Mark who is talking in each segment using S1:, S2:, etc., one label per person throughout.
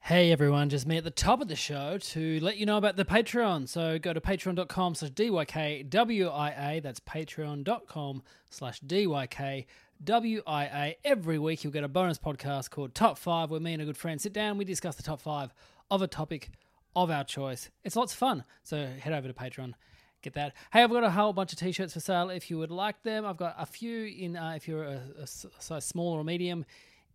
S1: Hey everyone, just me at the top of the show to let you know about the Patreon. So go to patreon.com slash DYKWIA. That's patreon.com slash DYKWIA. Every week you'll get a bonus podcast called Top 5 where me and a good friend sit down, we discuss the top 5 of a topic of our choice. It's lots of fun. So head over to Patreon. Get that. Hey, I've got a whole bunch of t-shirts for sale if you would like them. I've got a few in uh, if you're a, a s- size small or medium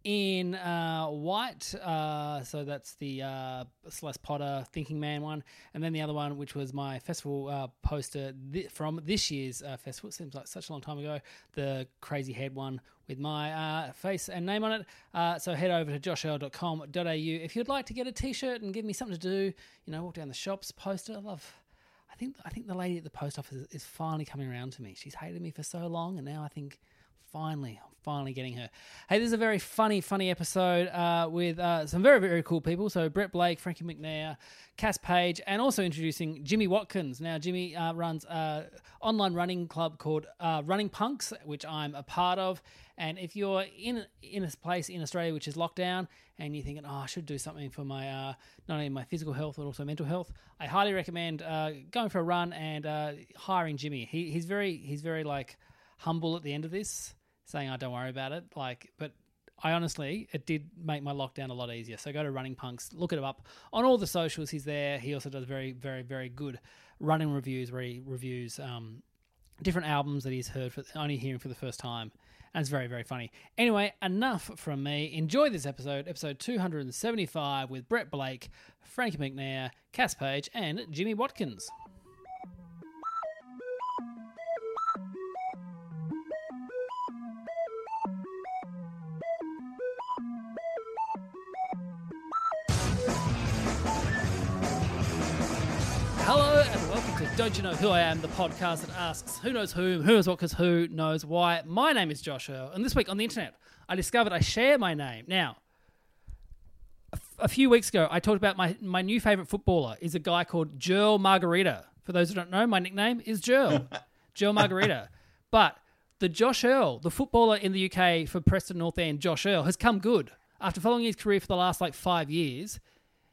S1: in uh, white. Uh, so that's the uh, Celeste Potter Thinking Man one, and then the other one, which was my festival uh, poster thi- from this year's uh, festival. It seems like such a long time ago. The crazy head one with my uh, face and name on it. Uh, so head over to joshua.com.au if you'd like to get a t-shirt and give me something to do. You know, walk down the shops, poster. I love. I think I think the lady at the post office is, is finally coming around to me. She's hated me for so long, and now I think finally, I'm finally getting her. Hey, this is a very funny, funny episode uh, with uh, some very, very cool people. So Brett Blake, Frankie McNair, Cass Page, and also introducing Jimmy Watkins. Now, Jimmy uh, runs an online running club called uh, Running Punks, which I'm a part of. And if you're in in a place in Australia which is lockdown and you're thinking, oh, I should do something for my uh, not only my physical health but also mental health, I highly recommend uh, going for a run and uh, hiring Jimmy. He, he's very he's very like humble at the end of this, saying, "I don't worry about it." Like, but I honestly, it did make my lockdown a lot easier. So go to Running Punks, look it up on all the socials. He's there. He also does very, very, very good running reviews where he reviews um, different albums that he's heard for only hearing for the first time. And it's very, very funny. Anyway, enough from me. Enjoy this episode, episode 275 with Brett Blake, Frankie McNair, Cass Page, and Jimmy Watkins. Hello and welcome to Don't You Know Who I Am, the podcast that asks who knows whom, who knows what, because who knows why. My name is Josh Earl, and this week on the internet, I discovered I share my name. Now, a f- a few weeks ago, I talked about my, my new favorite footballer is a guy called Gerl Margarita. For those who don't know, my nickname is Gerl, Gerl Margarita. But the Josh Earl, the footballer in the UK for Preston North End, Josh Earl, has come good. After following his career for the last like five years,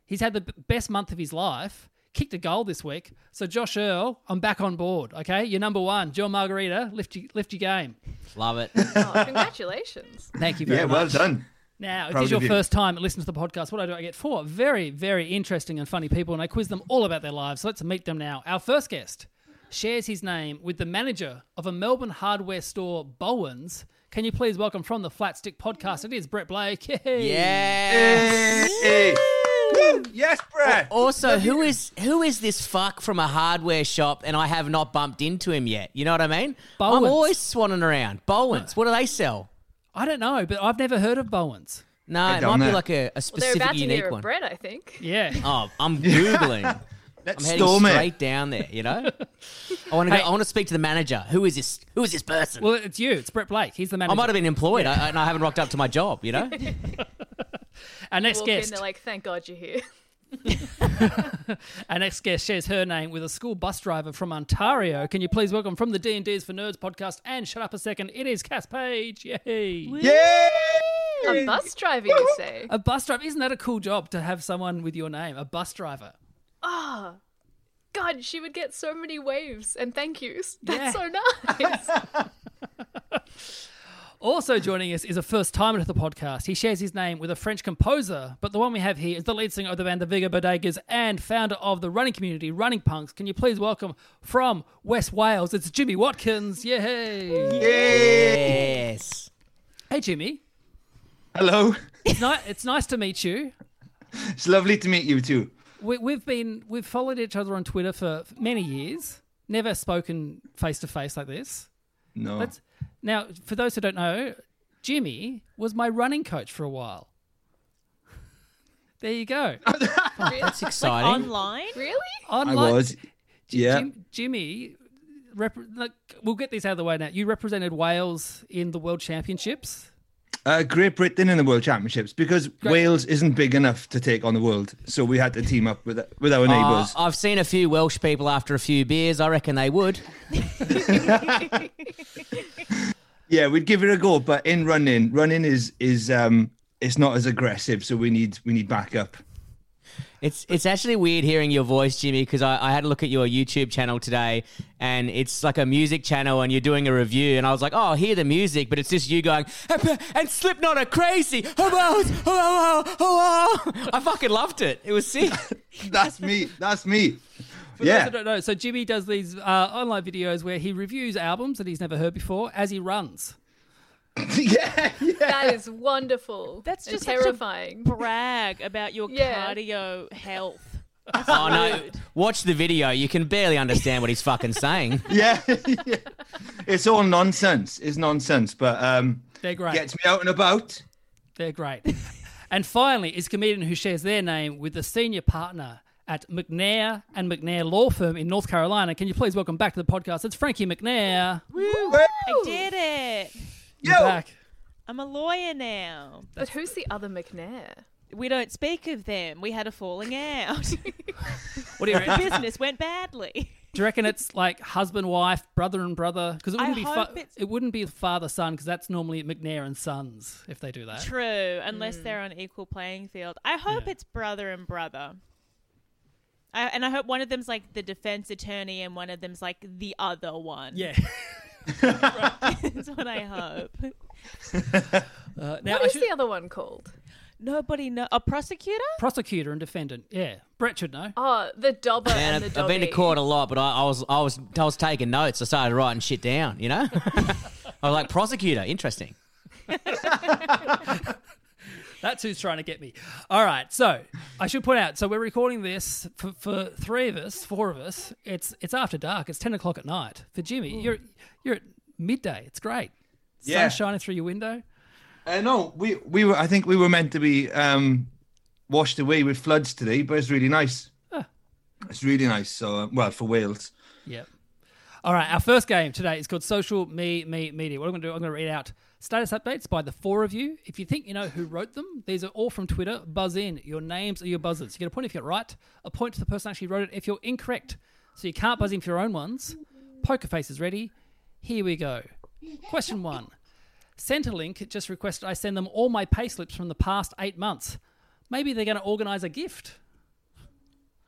S1: He's had the b- best month of his life. Kicked a goal this week. So Josh Earl, I'm back on board. Okay, you're number one. Joe Margarita, lift your lift your game.
S2: Love it.
S3: Oh, congratulations.
S1: Thank you very
S4: Yeah,
S1: much.
S4: well done.
S1: Now, if
S4: Proud
S1: this is your
S4: of you.
S1: first time listening to the podcast, what I do, I get four very, very interesting and funny people, and I quiz them all about their lives. So let's meet them now. Our first guest shares his name with the manager of a Melbourne hardware store, Bowens. Can you please welcome from the Flat Stick Podcast? It is Brett Blake. Yay.
S2: Yeah.
S4: Hey. Woo. Yes, Brett.
S2: Also, who is who is this fuck from a hardware shop and I have not bumped into him yet? You know what I mean?
S1: Bowens.
S2: I'm always swanning around. Bowens. What do they sell?
S1: I don't know, but I've never heard of Bowens.
S2: No, it might
S4: don't
S2: be
S4: know.
S2: like a, a
S3: Well, they're
S2: specific
S3: about to
S2: unique
S3: hear a
S2: one.
S3: bread, I think.
S1: Yeah.
S2: Oh, I'm googling. I'm
S4: Let's
S2: heading
S4: storm
S2: straight
S4: it.
S2: down there. You know, I want to go.
S1: Hey.
S2: I want to speak to the manager. Who is this? Who is this person?
S1: Well, it's you. It's Brett Blake. He's the manager.
S2: I might have been employed, I, and I haven't rocked up to my job. You know.
S1: Our next
S3: Walk in,
S1: guest,
S3: they're like, thank God you're here.
S1: our next guest shares her name with a school bus driver from Ontario. Can you please welcome from the D and D's for Nerds podcast and shut up a second? It is Cass Page. Yay!
S4: Yeah.
S3: A bus driver, you say?
S1: A bus driver isn't that a cool job to have someone with your name? A bus driver.
S3: God, she would get so many waves and thank yous. That's
S1: Yeah.
S3: so nice.
S1: Also joining us is a first timer to the podcast. He shares his name with a French composer, but the one we have here is the lead singer of the band The Vigor Bodegas and founder of the running community, Running Punks. Can you please welcome from West Wales? It's Jimmy Watkins. Yay!
S2: yes.
S1: Hey, Jimmy.
S4: Hello.
S1: It's, ni- it's nice to meet you.
S4: It's lovely to meet you too.
S1: We, we've been we've followed each other on Twitter for many years. Never spoken face to face like this.
S4: No.
S1: Now, for those who don't know, Jimmy was my running coach for a while. There you go.
S2: That's
S5: Like
S2: exciting.
S5: online?
S3: Really?
S4: I
S1: Unlike-
S4: was. Yeah.
S1: Jim, Jimmy, rep- look, we'll get this out of the way now. You represented Wales in the World Championships.
S4: Uh, Great Britain in the World Championships because Wales isn't big enough to take on the world, so we had to team up with with
S1: Ah.
S2: Uh,
S4: our neighbours.
S2: I've seen a few Welsh people after a few beers. I reckon they would.
S4: yeah, we'd give it a go, but in running, running is is um it's not as aggressive, so we need we need backup.
S2: It's it's actually weird hearing your voice, Jimmy, because I, I had a look at your YouTube channel today, and it's like a music channel, and you're doing a review, and I was like, oh, I hear the music, but it's just you going and Slipknot are crazy. Oh, wow, oh, wow, oh, wow. I fucking loved it. It was sick.
S4: That's me. That's me.
S1: For those
S4: yeah.
S1: that don't know, so Jimmy does these uh, online videos where he reviews albums that he's never heard before as he runs.
S4: yeah. Yeah.
S3: That is wonderful.
S5: That's
S3: and
S5: just such a
S3: terrifying.
S5: Brag about your
S3: Yeah.
S5: cardio health.
S2: oh no, watch the video. You can barely understand what he's fucking saying.
S4: Yeah. yeah. It's all nonsense. It's nonsense, but um
S1: They're great.
S4: gets me out and about.
S1: They're great. and finally, is a comedian who shares their name with the senior partner at McNair and McNair Law Firm in North Carolina. Can you please welcome back to the podcast? It's Frankie McNair. We're
S5: I did it.
S4: Yo.
S1: back.
S5: I'm a lawyer now.
S3: But who's the other McNair?
S5: We don't speak of them. We had a falling out.
S1: What do you reckon? do
S5: Business went badly.
S1: you reckon it's like husband, wife, brother and brother? Because it
S5: I
S1: wouldn't be
S5: hope
S1: fa-
S5: it's-
S1: it wouldn't be father son because that's normally McNair and Sons if they do that.
S5: True, unless
S3: Hmm.
S5: they're on equal playing field. I hope it's brother and brother. I, and I hope one of them's like the defense attorney and one of them's like the other one.
S1: Yeah.
S5: That's what I hope.
S1: Uh, now
S3: What
S1: I
S3: is
S1: should-
S3: the other one called?
S5: Nobody know a prosecutor?
S1: prosecutor and defendant. Yeah, Brett should know.
S3: Oh, the Dobber
S2: Man,
S3: and the
S2: I've,
S3: Dobby.
S2: I've been to court a lot, but I, I was I was I was taking notes. I started writing shit down. You know, I was like prosecutor. Interesting.
S1: That's who's trying to get me. All right, so I should point out. So we're recording this for, for three of us, four of us. It's it's after dark. It's ten o'clock at night for Jimmy. You're you're at midday. It's great.
S4: Yeah.
S1: Sun shining through your window.
S4: Uh, no, we we were. I think we were meant to be um, washed away with floods today, but it's really nice. It's really nice. So, uh, well, for Wales,
S1: Yep. All right, our first game today is called Social Me Me Media. What I'm going to do, I'm going to read out status updates by the four of you. If you think you know who wrote them, these are all from Twitter. Buzz in. Your names are your buzzers. You get a point if you're right, a point to the person who actually wrote it if you're incorrect. So you can't buzz in for your own ones. Poker face is ready. Here we go. Question one. Centrelink just requested I send them all my payslips from the past eight months. Maybe they're going to organise a gift.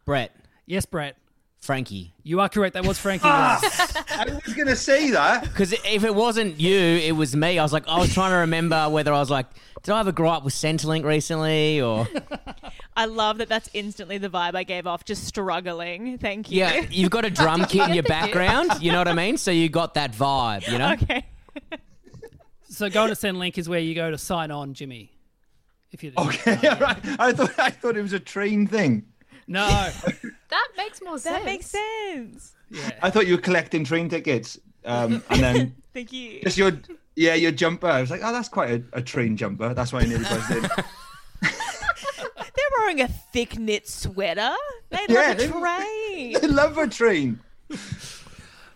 S2: Brett,
S1: Yes, Brett.
S2: Frankie.
S1: You are correct. That was Frankie.
S4: I was going to say that.
S2: Because if it wasn't you, it was me. I was like, I was trying to remember whether I was like, did I have a gripe with Centrelink recently or
S5: I love that that's instantly the vibe I gave off, just struggling. Thank you.
S2: yeah, you've got a drum kit in your background. You know what I mean? So you got that vibe. You know,
S5: Okay.
S1: So going to send link is where you go to sign on, Jimmy. If you
S4: Okay, right. I thought I thought it was a train thing.
S1: no,
S3: That makes more sense.
S5: That makes sense.
S4: I thought you were collecting train tickets, um, and then
S5: Thank you.
S4: just your yeah your jumper. I was like, oh, that's quite a, a train jumper. That's why I nearly buzzed in.
S5: They're wearing a thick knit sweater. They
S4: Yeah,
S5: love
S4: they-
S5: a train.
S4: I love a train.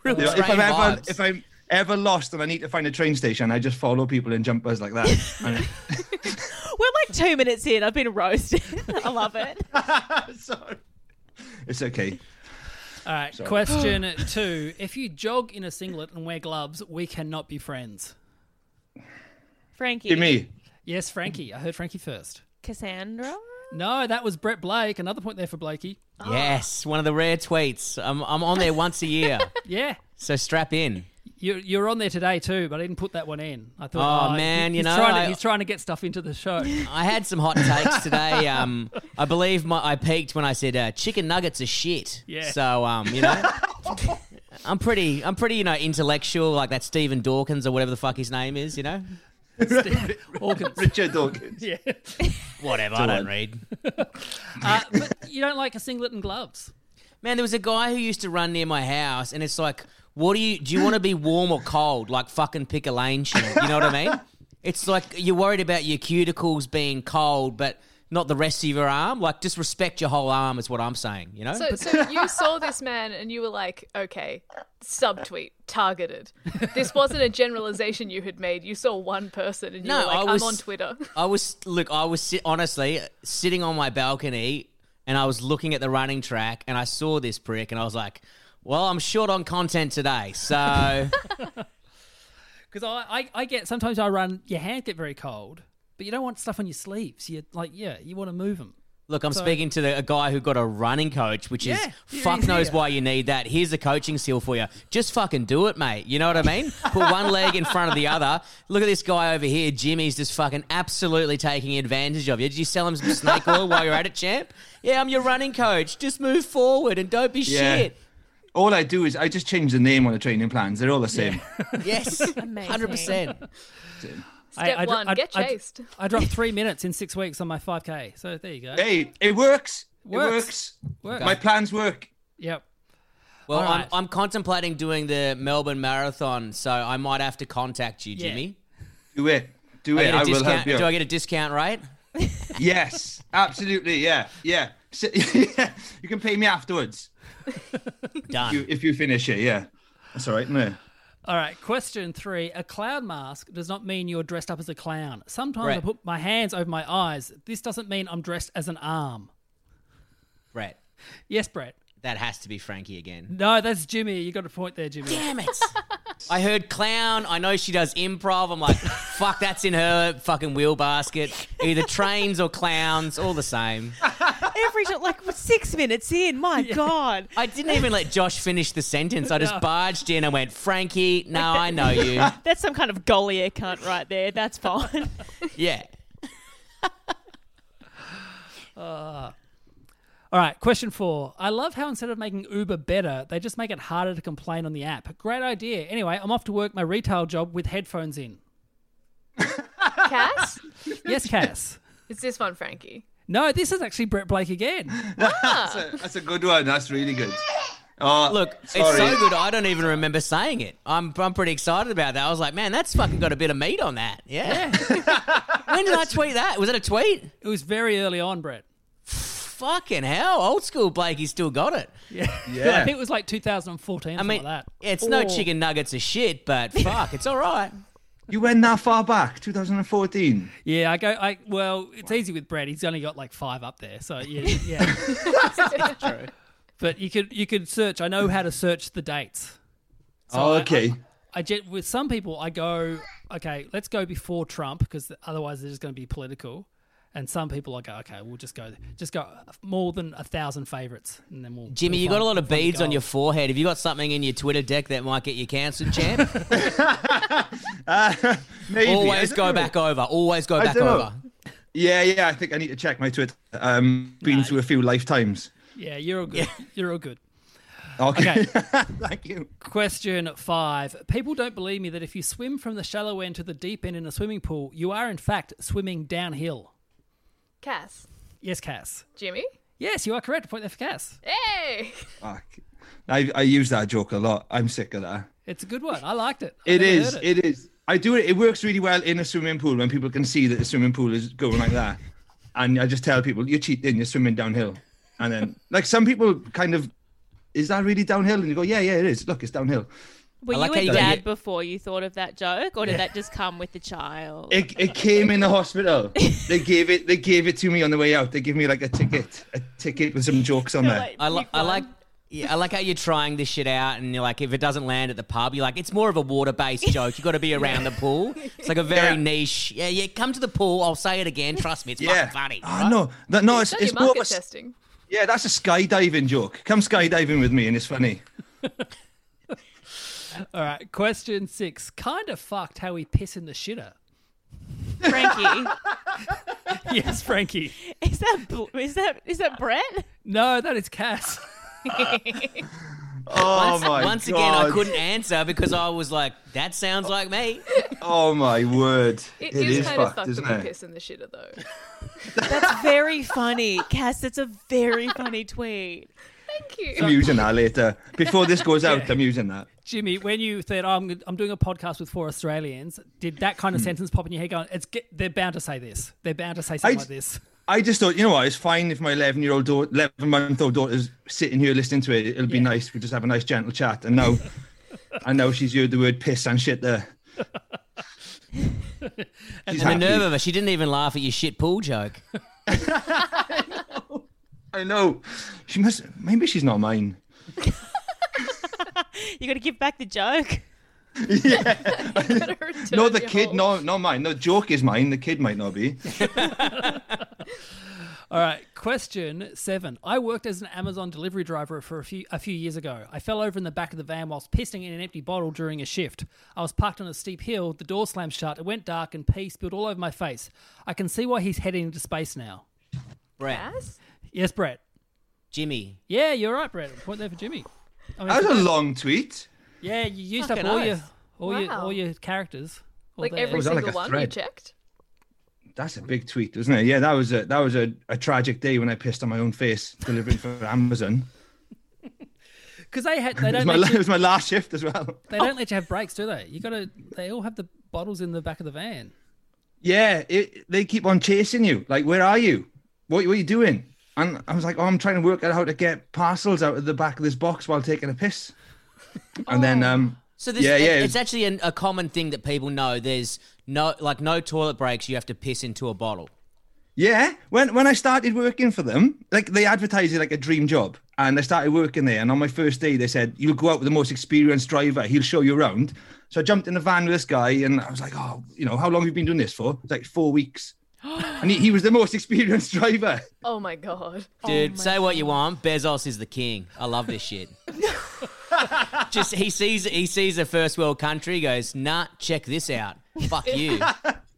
S2: Real
S4: You know, if
S2: train
S4: I'm ever
S2: vibes.
S4: if I'm ever lost and I need to find a train station, I just follow people in jumpers like that. And-
S5: We're like two minutes in. I've been roasted. I love it.
S4: Sorry. It's okay.
S1: All right. Question two: If you jog in a singlet and wear gloves, we cannot be friends.
S5: Frankie.
S4: To me.
S1: Yes, Frankie. I heard Frankie first.
S5: Cassandra.
S1: No, that was Brett Blake. Another point there for Blakey.
S2: yes, one of the rare tweets. I'm I'm on there once a year.
S1: Yeah,
S2: So strap in.
S1: you, you're on there today too, but I didn't put that one in. I thought,
S2: Oh, man,
S1: he- he's
S2: you know,
S1: trying to,
S2: I-
S1: he's trying to get stuff into the show.
S2: I had some hot takes today. Um, I believe my I peaked when I said uh, chicken nuggets are shit.
S1: Yeah.
S2: So um, you know, I'm pretty I'm pretty you know intellectual like that Stephen Dawkins or whatever the fuck his name is. You know,
S1: Hawkins.
S4: Richard Dawkins.
S1: Yeah,
S2: whatever. I don't read.
S1: uh, but you don't like a singlet and gloves.
S2: Man, there was a guy who used to run near my house, and it's like, what do you do? You want to be warm or cold? Like fucking pick a lane, shit. You know what I mean? It's like you're worried about your cuticles being cold, but not the rest of your arm. Like, just respect your whole arm is what I'm saying. You know.
S3: So, so you saw this man and you were like, okay, subtweet, targeted. This wasn't a generalization you had made. You saw one person and you
S2: No,
S3: were like,
S2: I
S3: I'm
S2: was-
S3: on Twitter.
S2: I was look. I was sit, honestly sitting on my balcony, and I was looking at the running track, and I saw this prick, and I was like, "Well, I'm short on content today, so
S1: Because I, I, I get sometimes I run, your hands get very cold, but you don't want stuff on your sleeves. You like, yeah, you want to move them.
S2: look, I'm speaking to the, a guy who got a running coach, which
S1: Yeah,
S2: is
S1: yeah,
S2: fuck
S1: yeah.
S2: knows why you need that. Here's a coaching seal for you. Just fucking do it, mate. You know what I mean? Put one leg in front of the other. Look at this guy over here, Jimmy's just fucking absolutely taking advantage of you. Did you sell him some snake oil while you're at it, champ? Yeah, I'm your running coach. Just move forward and don't be
S4: Yeah.
S2: shit.
S4: All I do is I just change the name on the training plans. They're all the same.
S2: Yes, hundred percent.
S3: Step
S1: dro-
S3: one, get chased.
S1: I, dropped three minutes in six weeks on my 5K. So there you go.
S4: Hey, it works.
S1: Works.
S4: It works.
S1: Works.
S4: My plans work.
S1: Yep.
S2: Well,
S1: All right.
S2: I'm, I'm contemplating doing the Melbourne Marathon, so I might have to contact you,
S1: Yeah.
S2: Jimmy.
S4: Do it. Do
S2: Do I
S4: it.
S2: get a
S4: I will
S2: discount-
S4: help you.
S2: Do I get a discount rate?
S4: Yes, absolutely. Yeah, yeah. So, yeah. You can pay me afterwards if
S2: Done.
S4: you, if you finish it. Yeah, that's all right. No.
S1: All right. Question three A cloud mask does not mean you're dressed up as a clown. Sometimes I
S2: Right.
S1: put my hands over my eyes. This doesn't mean I'm dressed as an arm.
S2: Brett,
S1: Yes, Brett.
S2: that has to be Frankie again.
S1: No, that's Jimmy. You got a point there, Jimmy.
S2: Damn it. I heard clown. I know she does improv. I'm like, fuck, that's in her fucking wheel basket. Either trains or clowns, all the same.
S5: Every jo- like six minutes in, my god.
S2: I didn't even let Josh finish the sentence. I just barged in and went, Frankie, no, I know you.
S5: That's some kind of Goliath cunt right there. That's fine.
S2: Yeah.
S1: All right, question four. I love how instead of making Uber better, they just make it harder to complain on the app. Great idea. Anyway, I'm off to work my retail job with headphones in.
S3: Cass?
S1: Yes, Cass.
S3: It's this one, Frankie.
S1: No, this is actually Brett Blake again.
S4: That's, a, that's a good one. That's really good. Oh,
S2: Look, it's
S4: sorry.
S2: so good. I don't even remember saying it. I'm, I'm pretty excited about that. I was like, man, that's fucking got a bit of meat on that. Yeah. when did I tweet that? Was it a tweet?
S1: It was very early on, Brett.
S2: Fucking hell, old school Blakey still got it.
S1: I
S4: Yeah.
S1: think it was like 2014,
S2: I
S1: something
S2: mean,
S1: like that.
S2: it's no chicken nuggets of shit, but fuck, it's all right.
S4: You went that far back, 2014.
S1: Yeah, I go. I well, it's easy with Brett. He's only got like five up there, so yeah, yeah. But you could you could search. I know how to search the dates.
S4: oh,
S1: I-
S4: okay.
S1: I gen- with some people, I go, okay, let's go before Trump because otherwise they're just going to be political. And some people, I go, okay, we'll just go, just go more than a thousand favorites, and then we'll.
S2: Jimmy,
S1: we'll
S2: you got
S1: find-
S2: a lot of
S1: we'll find
S2: beads on
S1: gold.
S2: your forehead. Have you got something in your Twitter deck that might get you cancelled, champ?
S4: Uh, Maybe.
S2: Always
S4: I don't
S2: go
S4: know.
S2: back over. Always go
S4: I
S2: back
S4: don't know.
S2: over.
S4: Yeah, yeah. I think I need to check my Twitter. Um, been through a few lifetimes.
S1: Yeah, you're all good. You're all good.
S4: Okay. Thank you.
S1: Question five: People don't believe me that if you swim from the shallow end to the deep end in a swimming pool, you are in fact swimming downhill.
S3: Cass.
S1: Yes, Cass.
S3: Jimmy?
S1: Yes, you are correct. Point there for Cass.
S3: Hey!
S4: Fuck. I, I use that joke a lot. I'm sick of that.
S1: It's a good one. I liked it. I've
S4: It
S1: never
S4: is.
S1: heard
S4: It is. I do it. It works really well in a swimming pool when people can see that the swimming pool is going like that, and I just tell people you're cheating. You're swimming downhill, and then like some people kind of, is that really downhill? And you go, yeah, yeah, it is. Look, it's downhill.
S5: Were
S2: I like how
S5: you
S2: you
S5: a
S2: got
S5: dad
S2: it.
S5: before you thought of that joke, or did that just come with the child?
S4: It, it came in the hospital. They gave it. They gave it to me on the way out. They give me like a ticket, a ticket with some jokes on there.
S2: I, li- I like. Yeah, I like how you're trying this shit out, and you're like, if it doesn't land at the pub, you're like, it's more of a water-based joke. You've got to be around the pool. It's like a very
S4: Yeah.
S2: niche. Yeah, yeah. Come to the pool. I'll say it again. Trust me, it's
S4: Yeah.
S2: fucking funny.
S4: Oh, no, no, no. It's,
S3: Done
S4: it's
S3: your
S4: more of
S3: market
S4: a s-
S3: testing.
S4: yeah. That's a skydiving joke. Come skydiving with me, and it's funny.
S1: All right. Question six: Kind of fucked how we piss in the shitter.
S5: Frankie.
S1: yes, Frankie.
S5: Is that bl- is that is that Brett?
S1: No, that is Cass.
S4: Oh my
S2: Once
S4: god.
S2: again, I couldn't answer because I was like, that sounds like me.
S4: Oh my word.
S3: it is, kind of fucked up piss in the shitter, though.
S5: That's very funny, Cass. That's a very funny tweet.
S3: Thank you.
S4: I'm using that later. Before this goes out, I'm using that.
S1: Jimmy, when you said oh, I'm I'm doing a podcast with four Hmm. Australians, did that kind of sentence pop in your head? Going, it's get, they're bound to say this. They're bound to say something
S4: I-
S1: like this.
S4: I just thought, you know what, it's fine if my 11 year old daughter, 11 month old daughter's sitting here listening to it. It'll be nice. We'll just have a nice, gentle chat. And now I know she's heard the word piss and shit there. She's
S2: And the
S4: happy.
S2: nerve of her, she didn't even laugh at your shit pool joke.
S4: I know. She must, maybe she's not mine.
S5: You got to give back the joke.
S4: No, the kid, no, not mine. No, joke is mine. The kid might not be.
S1: All right, question seven. I worked as an Amazon delivery driver for a few a few years ago. I fell over in the back of the van whilst pissing in an empty bottle during a shift. I was parked on a steep hill. The door slammed shut. It went dark, and pee spilled all over my face. I can see why he's heading into space now.
S2: Brett,
S1: Yes, Brett.
S2: Jimmy,
S1: Yeah, you're right, Brett. Point there for Jimmy. I mean,
S4: That was a long tweet.
S1: yeah, you used
S2: Fucking
S1: up all your
S2: oath.
S1: all your
S3: Wow.
S1: all your characters. All
S3: Like
S1: there.
S3: every
S4: Was that
S3: single
S4: like a
S3: one you
S4: thread?
S3: checked?
S4: That's a big tweet, isn't it? Yeah, that was a that was a, a tragic day when I pissed on my own face delivering for Amazon.
S1: because they had they
S4: It was,
S1: don't
S4: my,
S1: let
S4: la- it
S1: you,
S4: was my last shift as well.
S1: they don't let you have breaks, do they? You got to. They all have the bottles in the back of the van.
S4: Yeah, it, they keep on chasing you. Like, where are you? What, what are you doing? And I was like, oh, I'm trying to work out how to get parcels out of the back of this box while taking a piss. And then, um,
S2: So this,
S4: Yeah,
S2: it-
S4: yeah.
S2: it's actually an, a common thing that people know. There's no like no toilet breaks. You have to piss into a bottle.
S4: yeah, when when I started working for them, like they advertised it like a dream job, and I started working there. And on my first day, they said, "You'll go out with the most experienced driver. He'll show you around." So I jumped in the van with this guy, and I was like, "Oh, you know, how long have you been doing this for?" It's like four weeks, and he, he was the most experienced driver.
S3: Oh my god.
S2: Dude, say what you want. Bezos is the king. I love this shit. Just he sees he sees a first world country, goes, nah, check this out. Fuck you.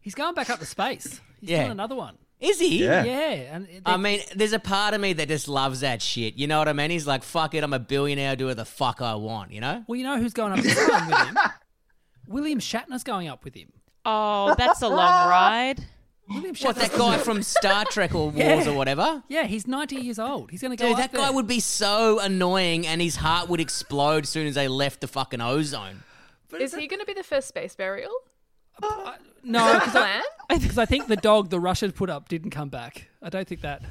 S1: He's going back up to space. He's
S2: Yeah. Um,
S1: doing another one.
S2: Is he?
S4: Yeah.
S1: Yeah, and it-
S2: I mean, there's a part of me that just loves that shit. You know what I mean? He's like, fuck it, I'm a billionaire, do what the fuck I want, you know?
S1: well, you know who's going up to the sun with him? William Shatner's going up with him.
S5: Oh, that's a long ride.
S1: William Shatner's
S2: What, that guy from Star Trek or Wars
S1: Yeah.
S2: or whatever?
S1: Yeah, he's ninety years old. He's going to go.
S2: Dude,
S1: up
S2: that
S1: there.
S2: guy would be so annoying and his heart would explode as soon as they left the fucking ozone.
S3: Is he going to be the first space burial?
S1: no, because I,
S3: Plan?
S1: 'cause I think the dog the Russians put up didn't come back. I don't think that.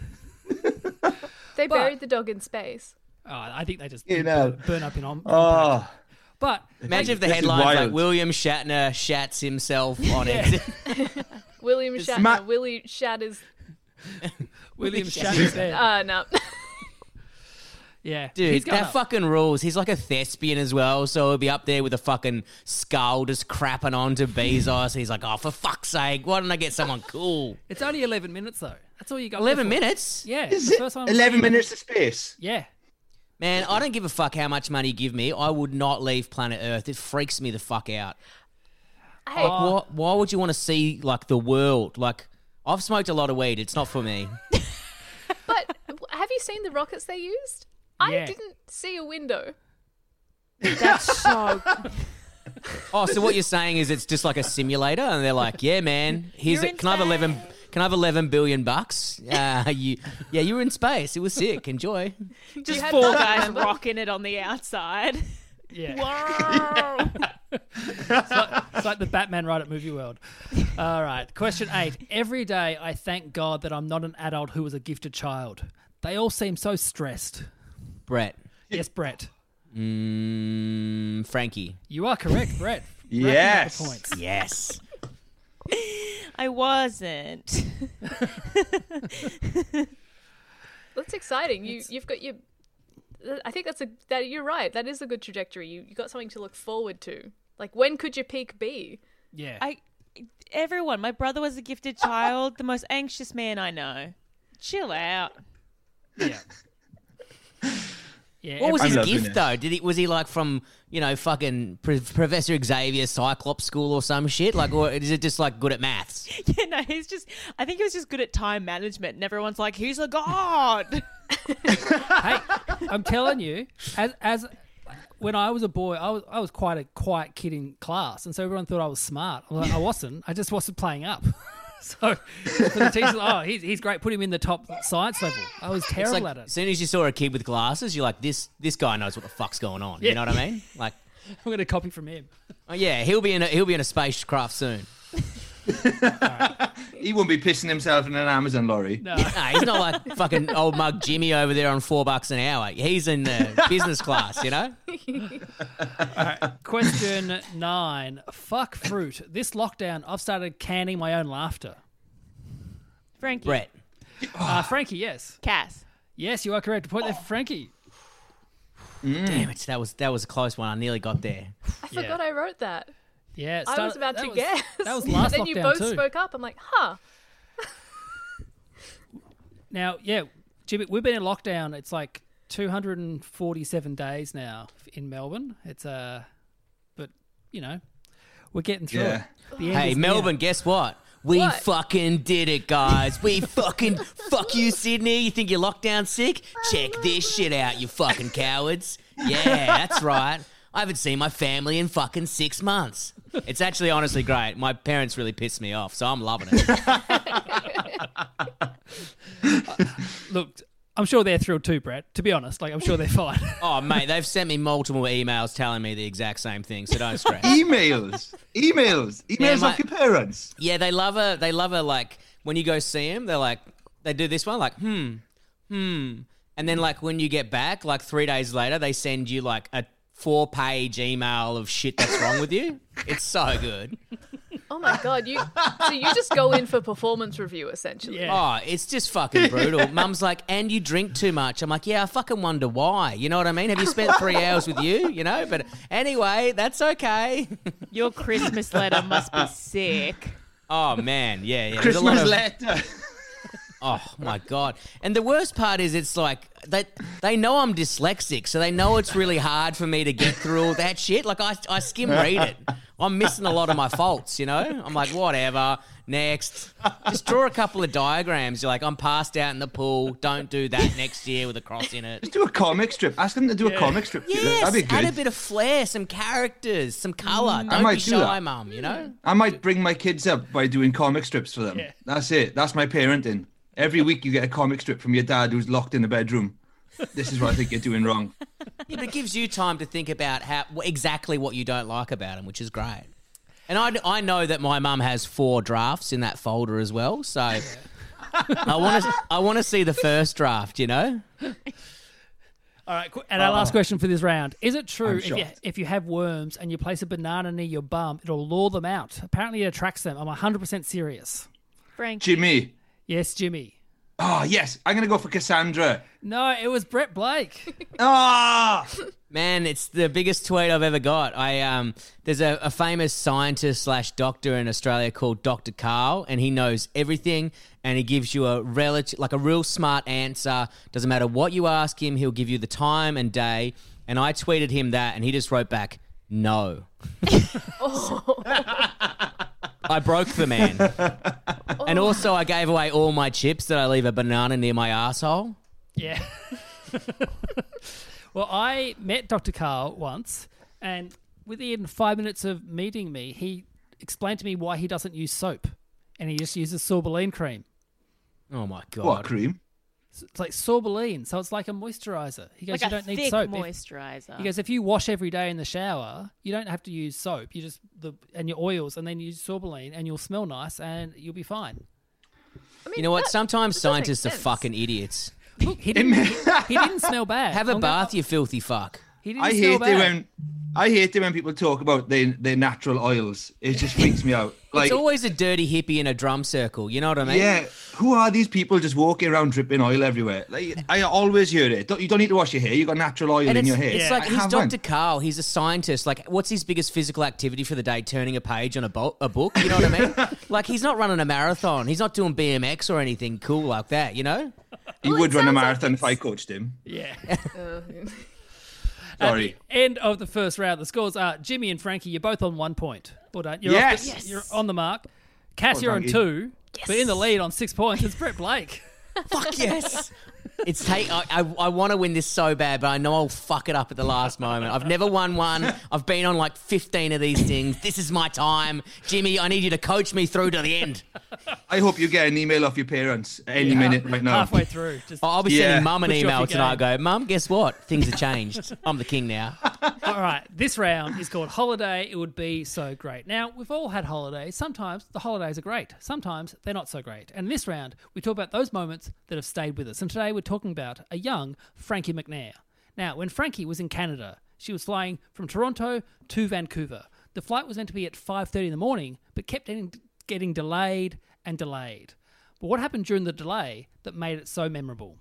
S3: They
S1: But-
S3: buried the dog in space.
S1: Oh, I think they just
S4: You know.
S1: burn, burn up in on.
S4: Oh,
S1: But
S2: Imagine if the
S4: This is
S2: headline's like
S4: wild.
S2: William Shatner shats himself on exit.
S3: William Shatner.
S4: Ma-
S3: Willie Shatter's.
S1: William Shatner's there.
S3: Uh, no.
S1: yeah,
S2: Dude,
S1: he's going
S2: that
S1: up.
S2: fucking rules. He's like a thespian as well, so he'll be up there with a fucking skull just crapping onto Bezos. He's like, oh, for fuck's sake, why don't I get someone cool?
S1: It's only eleven minutes though. That's all you got.
S2: 11
S1: left for.
S2: minutes?
S1: Yeah,
S4: is
S1: the
S4: it
S1: first one was
S4: eleven minutes to space?
S1: Yeah,
S2: Man, I don't give a fuck how much money you give me. I would not leave planet Earth. It freaks me the fuck out.
S3: Hey,
S2: Like,
S1: Oh.
S2: why, why would you want to see, like, the world? Like, I've smoked a lot of weed. It's not for me.
S3: but have you seen the rockets they used? I
S1: Yeah.
S3: didn't see a window.
S5: That's so.
S2: Oh, so what you're saying is it's just like a simulator, and they're like, "Yeah, man, here's
S5: You're
S2: a,
S5: in
S2: can I have eleven? Can I have eleven billion bucks? Uh, you, yeah, you were in space. It was sick. Enjoy.
S5: Just
S3: had
S5: four
S3: that,
S5: guys rocking it on the outside.
S1: yeah.
S5: Wow.
S1: It's like the Batman ride at Movie World. All right. Question eight. Every day I thank God that I'm not an adult who was a gifted child. They all seem so stressed.
S2: Brett,
S1: Yes, Brett.
S2: mm, Frankie,
S1: You are correct, Brett. Brett, you got the
S4: Yes.
S1: Points.
S2: yes,
S5: I wasn't.
S3: That's exciting. You you've got your. I think that's a that you're right. That is a good trajectory. You you got something to look forward to. Like when could your peak be?
S1: Yeah.
S5: I. Everyone, my brother was a gifted child, the most anxious man I know. Chill out.
S1: yeah. Yeah.
S2: What was
S4: I'm
S2: his
S4: loving
S2: gift
S4: it.
S2: though? Did he was he like from you know fucking Pro- Professor Xavier Cyclops School or some shit? Like, or is it just like good at maths?
S5: Yeah, no, he's just. I think he was just good at time management, and everyone's like, "He's a god."
S1: hey, I'm telling you, as as when I was a boy, I was I was quite a quiet kid in class, and so everyone thought I was smart. Well, I wasn't. I just wasn't playing up. So for the teachers, oh, he's, he's great. Put him in the top science level. I was
S2: It's
S1: terrible
S2: like
S1: at
S2: as
S1: it.
S2: soon as you saw a kid with glasses, you're like, this this guy knows what the fuck's going on.
S1: Yeah.
S2: You know what I mean? Like,
S1: I'm going to copy from him.
S2: oh, yeah, he'll be in a, he'll be in a spacecraft soon.
S4: He won't be pissing himself in an Amazon lorry.
S1: No.
S2: Nah, he's not like fucking old mug Jimmy over there on four bucks an hour. He's in the business class, you know?
S1: Question nine. Fuck fruit. This lockdown, I've started canning my own laughter.
S5: Frankie.
S2: Brett.
S1: Uh, Frankie, yes.
S5: Cass.
S1: Yes, you are correct. A point there for Frankie.
S2: Damn it, that was that was a close one. I nearly got there.
S3: I forgot I wrote that.
S1: Yeah, it
S3: I was
S1: started-
S3: about
S1: that
S3: to
S1: was-
S3: guess.
S1: That was last
S3: Then
S1: lockdown
S3: you both
S1: too.
S3: spoke up. I'm like, huh.
S1: Now, yeah, Jimmy, we've been in lockdown. It's like 247 days now in Melbourne. It's uh but you know, we're getting through
S4: Yeah.
S1: it. The end
S2: Hey,
S1: is
S2: Melbourne,
S1: near.
S2: guess what? We
S3: What?
S2: fucking did it, guys. We fucking fuck you, Sydney. You think you're locked down sick? Check this shit out, you fucking cowards. Yeah, that's right. I haven't seen my family in fucking six months. It's actually honestly great. My parents really pissed me off, so I'm loving it.
S1: Look, I'm sure they're thrilled too, Brett. To be honest, like I'm sure they're fine.
S2: Oh, mate, they've sent me multiple emails telling me the exact same thing, so don't stress.
S4: Emails, emails, emails
S2: Yeah,
S4: off
S2: my-
S4: your parents.
S2: Yeah, they love her. They love her. Like when you go see them, they're like, they do this one, like, hmm, hmm, and then like when you get back, like three days later, they send you like a four-page email of shit that's wrong with you. It's so good.
S3: Oh my god, you so you just go in for performance review essentially.
S1: Yeah.
S2: Oh, it's just fucking brutal. Mum's like, and you drink too much. I'm like, yeah, I fucking wonder why. You know what I mean? Have you spent three hours with you? You know, but anyway, that's okay.
S5: Your Christmas letter must be sick.
S2: Oh man, yeah, yeah. There's a lot
S4: Christmas
S2: of-
S4: letter.
S2: Oh my god! And the worst part is, it's like they they know I'm dyslexic, so they know it's really hard for me to get through all that shit. Like I I skim read it. I'm missing a lot of my faults, you know. I'm like whatever. Next, just draw a couple of diagrams. You're like I'm passed out in the pool. Don't do that next year with a cross in it.
S4: Just do a comic strip. Ask them to do a comic strip. for you.
S2: Yes,
S4: That'd be
S2: add a
S4: good. Mm.
S2: bit of flair, some characters, some color. Don't
S4: might
S2: be
S4: do
S2: shy,
S4: that.
S2: mum. You know.
S4: I might bring my kids up by doing comic strips for them. That's it. That's my parenting. Every week you get a comic strip from your dad who's locked in the bedroom. This is what I think you're doing wrong.
S2: Yeah, but it gives you time to think about how wh- exactly what you don't like about him, which is great. And I, I know that my mum has four drafts in that folder as well, so I want to I want to see the first draft. You know,
S1: All right, qu- and our last question for this round: Is it true
S4: I'm
S1: if you,
S4: shocked.
S1: if you have worms and you place a banana near your bum, it'll lure them out? Apparently, it attracts them. I'm 100 percent serious.
S5: Frankie.
S4: Jimmy.
S1: Yes, Jimmy.
S4: Oh, yes. I'm going to go for Cassandra.
S1: No, it was Brett Blake.
S4: Ah!
S2: man, it's the biggest tweet I've ever got. I um, there's a, a famous scientist slash doctor in Australia called Doctor Carl, and he knows everything, and he gives you a relative like a real smart answer. Doesn't matter what you ask him, he'll give you the time and day. And I tweeted him that, and he just wrote back, "No." I broke the man. And also, I gave away all my chips that I leave a banana near my asshole.
S1: yeah. well, I met Dr. Carl once, and within five minutes of meeting me, he explained to me why he doesn't use soap, and he just uses sorbeline cream.
S2: Oh my god!
S4: What cream?
S1: It's like sorbeline, so it's like a moisturizer. He goes,
S5: Like
S1: "You
S5: a
S1: don't
S5: thick
S1: need soap." If-
S5: moisturizer.
S1: He goes, if you wash every day in the shower, you don't have to use soap. You just the and your oils, and then you use sorbeline, and you'll smell nice, and you'll be fine.
S3: I mean,
S2: You know what?
S3: that-
S2: Sometimes
S3: that does make
S2: scientists are
S3: sense.
S2: fucking idiots.
S1: Look, he didn't. he didn't smell bad.
S2: Have a
S1: I'm
S2: bath,
S1: gonna-
S2: you filthy fuck.
S1: He didn't
S4: I
S1: smell
S4: hate
S1: bad.
S4: it when. I hate it when people talk about their, their natural oils. It just freaks me out. Like,
S2: It's always a dirty hippie in a drum circle. You know what I mean?
S4: yeah, who are these people just walking around dripping oil everywhere? Like, I always hear it. Don't, you don't need to wash your hair. You got natural oil
S2: And
S4: in
S2: it's,
S4: your hair.
S2: it's like
S4: I
S2: he's
S4: haven't.
S2: Dr. Carl. He's a scientist. Like, what's his biggest physical activity for the day? Turning a page on a, bo- a book. You know what I mean? like, he's not running a marathon. He's not doing BMX or anything cool like that. You know?
S4: He
S3: Well, it
S4: would run a
S3: sounds like
S4: marathon if I
S3: it's-
S4: coached him.
S1: Yeah. Uh,
S4: Sorry.
S1: End of the first round. The scores are Jimmy and Frankie. You're both on one point. Well done. You're
S4: Yes.
S1: Off the,
S4: Yes.
S1: You're on the mark. Cass,
S4: Well
S1: you're on
S4: done, Ian.
S1: two, but in the lead on six points. It's Brett Blake.
S2: Fuck yes. It's take. I, I, I want to win this so bad, but I know I'll fuck it up at the last moment. I've never won one. I've been on like fifteen of these things. This is my time, Jimmy. I need you to coach me through to the end.
S4: I hope you get an email off your parents any minute right now.
S1: Halfway through. Just
S2: I'll be
S4: Yeah.
S2: sending mum an
S1: Put you off
S2: email
S1: your
S2: tonight. I Go, mum. Guess what? Things have changed. I'm the king now.
S1: All right, this round is called Holiday. It would be so great. Now, we've all had holidays. Sometimes the holidays are great, sometimes they're not so great. And this round, we talk about those moments that have stayed with us. And today, we're talking about a young Frankie McNair. Now, when Frankie was in Canada, she was flying from Toronto to Vancouver. The flight was meant to be at 5:30 in the morning, but kept getting, getting delayed and delayed. But what happened during the delay that made it so memorable?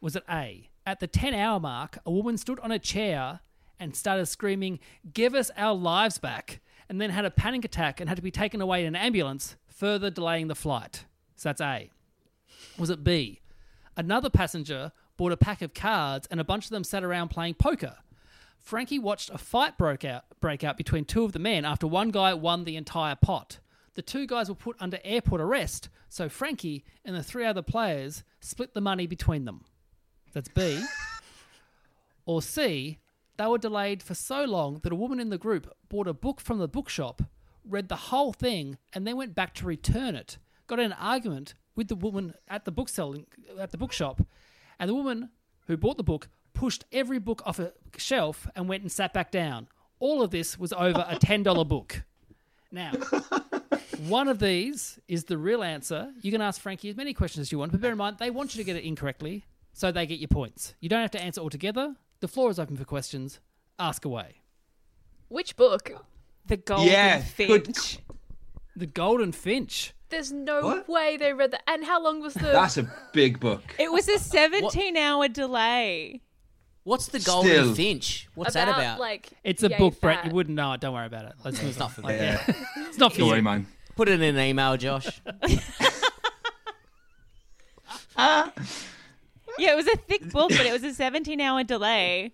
S1: was it A? At the 10 hour mark, a woman stood on a chair and started screaming, Give us our lives back, and then had a panic attack and had to be taken away in an ambulance, further delaying the flight. So that's A. Was it B? Another passenger bought a pack of cards and a bunch of them sat around playing poker. Frankie watched a fight broke out, break out between two of the men after one guy won the entire pot. The two guys were put under airport arrest, so Frankie and the three other players split the money between them. That's B. or C, they were delayed for so long that a woman in the group bought a book from the bookshop, read the whole thing, and then went back to return it. Got in an argument with the woman at the bookselling at the bookshop, and the woman who bought the book pushed every book off a shelf and went and sat back down. All of this was over a ten dollar book. Now, one of these is the real answer. You can ask Frankie as many questions as you want, but bear in mind they want you to get it incorrectly, so they get your points. You don't have to answer altogether. The floor is open for questions. Ask away.
S3: Which book?
S5: The golden
S4: Yeah, good-
S5: finch.
S1: The Golden Finch.
S3: There's no
S4: What?
S3: way they read that. And how long was the?
S4: That's a big book.
S5: It was a 17 hour delay.
S2: What's the golden
S4: Still.
S2: finch? What's
S3: about,
S2: that about?
S3: Like
S1: It's a
S3: yay
S1: book, Brett.
S3: fat.
S1: You wouldn't know it. Don't worry about it. Let's move
S2: it's
S1: on.
S2: not for me.
S1: Like, yeah. it's not for
S4: Don't
S1: you.
S4: worry, man.
S2: Put it in an email, Josh.
S5: Yeah, it was a thick book, but it was a 17 hour delay.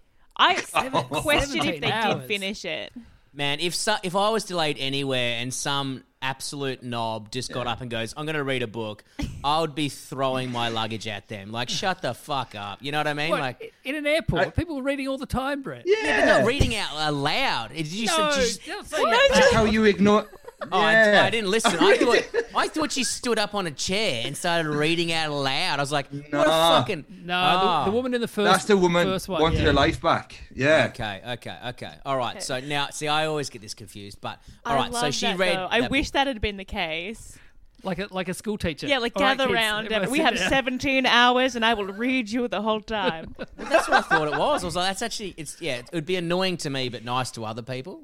S5: I question if
S1: 17
S5: they
S1: hours.
S5: did finish it.
S2: Man, if so, if I was delayed anywhere and some absolute knob just got up and goes, "I'm going to read a book," I would be throwing my luggage at them. Like, shut the fuck up. You know what I mean?
S1: What,
S2: Like,
S1: in an airport, people were reading all the time, Brett.
S2: yeah, but not reading out loud. Did you,
S1: No,
S2: did you-
S1: don't say that.
S4: That's how you ignore.
S2: Oh, I-
S4: yeah.
S2: I, didn't listen. I thought, I thought she stood up on a chair and started reading out loud. I was like, "What a
S4: Nah.
S2: fucking
S1: No,
S2: Ah.
S1: the, the woman in the first.
S4: That's the woman
S1: first one,
S4: wanted
S1: yeah.
S4: her life back. Yeah.
S2: Okay, okay, okay. All right. So now, see, I always get this confused, but all
S5: I
S2: right.
S5: love
S2: So she
S5: that,
S2: read.
S5: though. I
S2: that
S5: wish
S2: book.
S5: that had been the case.
S1: like a like a school teacher.
S5: Yeah, like
S1: All right,
S5: gather
S1: kids,
S5: round and
S1: everyone
S5: we
S1: sit
S5: have
S1: down.
S5: 17 hours and I will read you the whole time.
S2: That's what I thought it was. I was like, that's actually, it's yeah, it would be annoying to me, but nice to other people.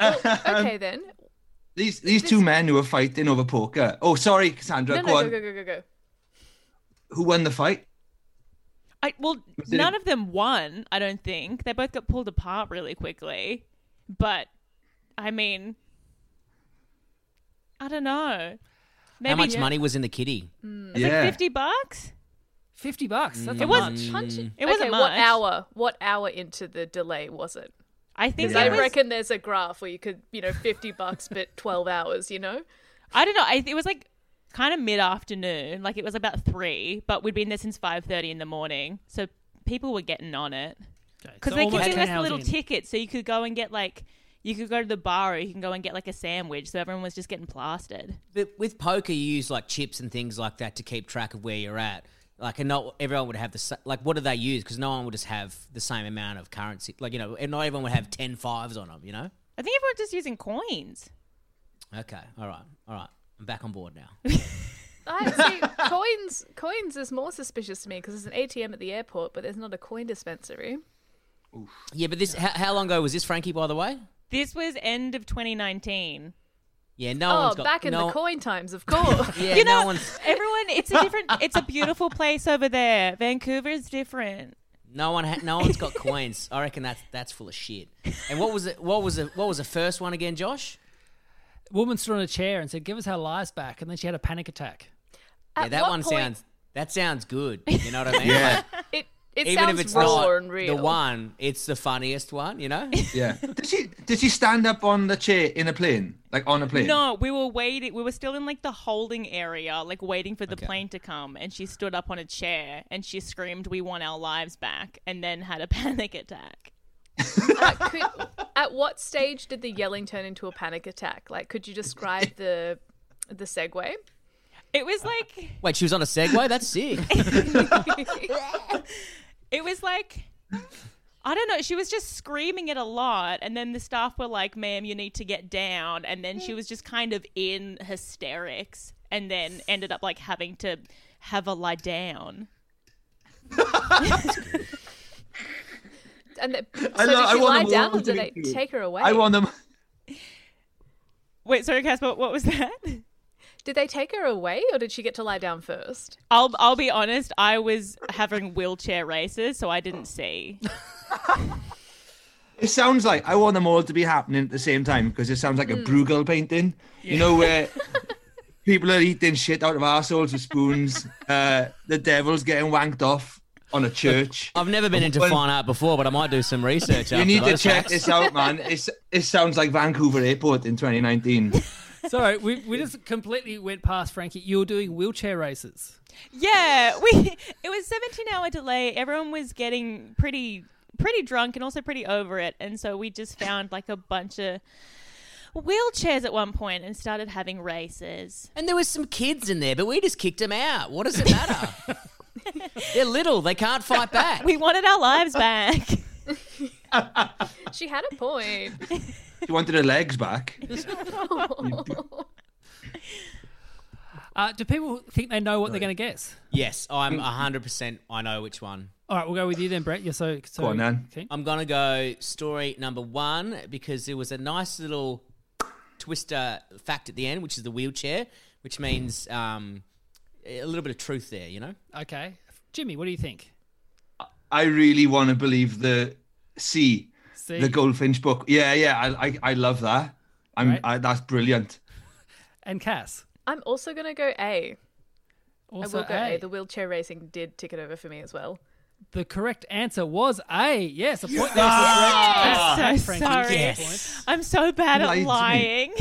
S3: okay then.
S4: These these two men who were fighting over poker. Oh, sorry, Cassandra.
S3: No,
S4: go
S3: no, go,
S4: on.
S3: go, go, go, go.
S4: Who won the fight?
S5: I, well,
S4: it-
S5: none of them won, I don't think. They both got pulled apart really quickly. But, I mean, I don't know. Maybe
S2: How much money was in the kitty?
S4: yeah.
S5: 50 bucks?
S1: Fifty bucks. That's
S3: It
S1: not much.
S3: wasn't punch-
S2: Mm.
S3: It
S5: wasn't
S3: okay, What
S5: much.
S3: hour? What hour into the delay was it?
S5: I think
S4: Yeah.
S5: they
S3: I
S5: were.
S3: reckon there's a graph where you could, you know, fifty bucks, but twelve hours. You know,
S5: I don't know. I, it was like kind of mid afternoon, like it was about three, but we'd been there since five thirty in the morning, so people were getting on it because
S1: So
S5: they
S1: almost
S5: kept giving
S1: 10
S5: us
S1: hours
S5: little
S1: in.
S5: tickets, so you could go and get like you could go to the bar or you can go and get like a sandwich. So everyone was just getting plastered.
S2: But with poker, you use like chips and things like that to keep track of where you're at. Like, and not everyone would have the sa- like. What do they use? Because no one would just have the same amount of currency. Like, you know, and not everyone would have 10 fives on them. You know.
S5: I think everyone's just using coins.
S2: Okay. All right. All right. I'm back on board now.
S3: I see coins. Coins is more suspicious to me because there's an ATM at the airport, but there's not a coin dispensary.
S2: Yeah, but this. How, how long ago was this, Frankie? By the way.
S5: This was end of 2019.
S2: Yeah. No
S3: Oh,
S2: one's got.
S3: back in
S2: no
S3: the coin times, of course.
S2: Yeah.
S5: you
S2: no
S5: know,
S2: one's.
S5: everyone. It's a different. It's a beautiful place over there. Vancouver's different.
S2: No one. Ha- no one's got coins. I reckon that's that's full of shit. And what was it? What was it? What was the first one again, Josh?
S1: Woman stood on a chair and said, "Give us our lives back," and then she had a panic attack.
S2: yeah, that
S3: what
S2: one
S3: point-
S2: sounds. That sounds good. You know what I mean?
S4: Yeah.
S2: Like,
S3: It it
S2: even
S3: sounds
S2: if it's
S3: raw
S2: not
S3: and real.
S2: the one, it's the funniest one. You know.
S4: Yeah. Did she did she stand up on the chair in a plane? Like on a plane?
S5: No, we were waiting. We were still in like the holding area, like waiting for the plane to come. And she stood up on a chair and she screamed, "We want our lives back!" And then had a panic attack.
S3: Uh, could, at what stage did the yelling turn into a panic attack? Like, could you describe the the segue?
S5: It was like
S2: Wait, she was on a Segway. That's sick.
S5: It was like I don't know. She was just screaming it a lot, and then the staff were like, "Ma'am, you need to get down." And then she was just kind of in hysterics, and then ended up like having to have a lie down.
S3: And they, so
S4: I lo- I
S3: did you
S4: want
S3: lie
S4: them
S3: down
S4: all
S3: or
S4: to
S3: did they
S4: be-
S3: take her away?
S4: I want them.
S5: Wait, sorry, Casper, what was that?
S3: Did they take her away or did she get to lie down first?
S5: I'll I'll be honest. I was having wheelchair races, so I didn't see.
S4: It sounds like I want them all to be happening at the same time because it sounds like a Bruegel painting. You know where people are eating shit out of arseholes with spoons. Uh, the devil's getting wanked off on a church.
S2: I've never been into
S4: Well-
S2: fine art before, but I might do some research.
S4: You
S2: after
S4: need to
S2: those
S4: check
S2: facts.
S4: this out, man. It's, it sounds like Vancouver Airport in 2019.
S1: Sorry, we, we just completely went past Frankie. You were doing wheelchair races.
S5: Yeah, we it was 17 hour delay. Everyone was getting pretty pretty drunk and also pretty over it, and so we just found like a bunch of wheelchairs at one point and started having races.
S2: And there was some kids in there, but we just kicked them out. What does it matter? They're little. They can't fight back.
S5: We wanted our lives back.
S3: She had a point.
S4: She wanted her legs back.
S1: Uh, do people think they know what they're going to guess?
S2: yes, I'm 100%. I know which one.
S1: All right, we'll go with you then, Brett. You're so, so
S4: Go on, Nan.
S1: keen.
S2: I'm going to go story number one because there was a nice little twister fact at the end, which is the wheelchair, which means um, a little bit of truth there, you know?
S1: Okay, Jimmy, what do you think?
S4: I really want to believe the C,
S1: See,
S4: the Goldfinch book. Yeah, yeah, I, I, I love that. I'm,
S1: Right.
S4: I, that's brilliant.
S1: and Cass.
S3: I'm also going to go A. I
S1: Also
S3: will go
S1: A.
S3: A. The wheelchair racing did tick it over for me as well.
S1: The correct answer was A. Yes, a point.
S5: I'm so
S1: Frankie,
S5: sorry.
S2: Yes.
S5: I'm so
S4: Lied
S5: bad
S4: to
S5: at
S4: me.
S5: lying.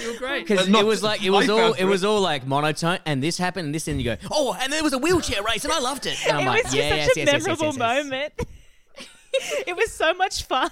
S1: You were great.
S2: Because
S4: But not
S2: it was
S4: to
S2: like it was
S4: fight
S2: all
S4: back,
S2: it was all like monotone, and this happened, and this, and you go, oh, and there was a wheelchair race, and I loved it. And I'm
S5: it
S2: like,
S5: was just
S2: yeah, yes,
S5: such a
S2: yes, yes, yes, yes,
S5: memorable
S2: yes.
S5: moment. it was so much fun.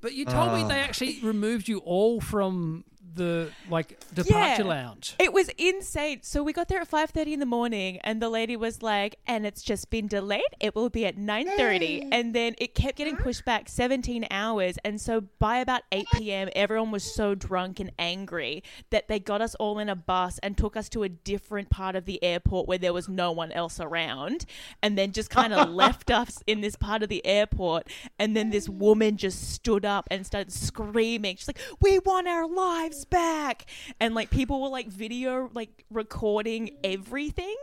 S1: But you told
S4: Ah.
S1: me they actually removed you all from the like departure
S5: Yeah.
S1: lounge.
S5: It was insane. So we got there at five thirty in the morning, and the lady was like, "And it's just been delayed. It will be at nine thirty. And then it kept getting pushed back seventeen hours. And so by about eight p.m., everyone was so drunk and angry that they got us all in a bus and took us to a different part of the airport where there was no one else around, and then just kind of left us in this part of the airport. And then this woman just stood up and started screaming. She's like, "We want our lives back!" And like people were like video like recording everything,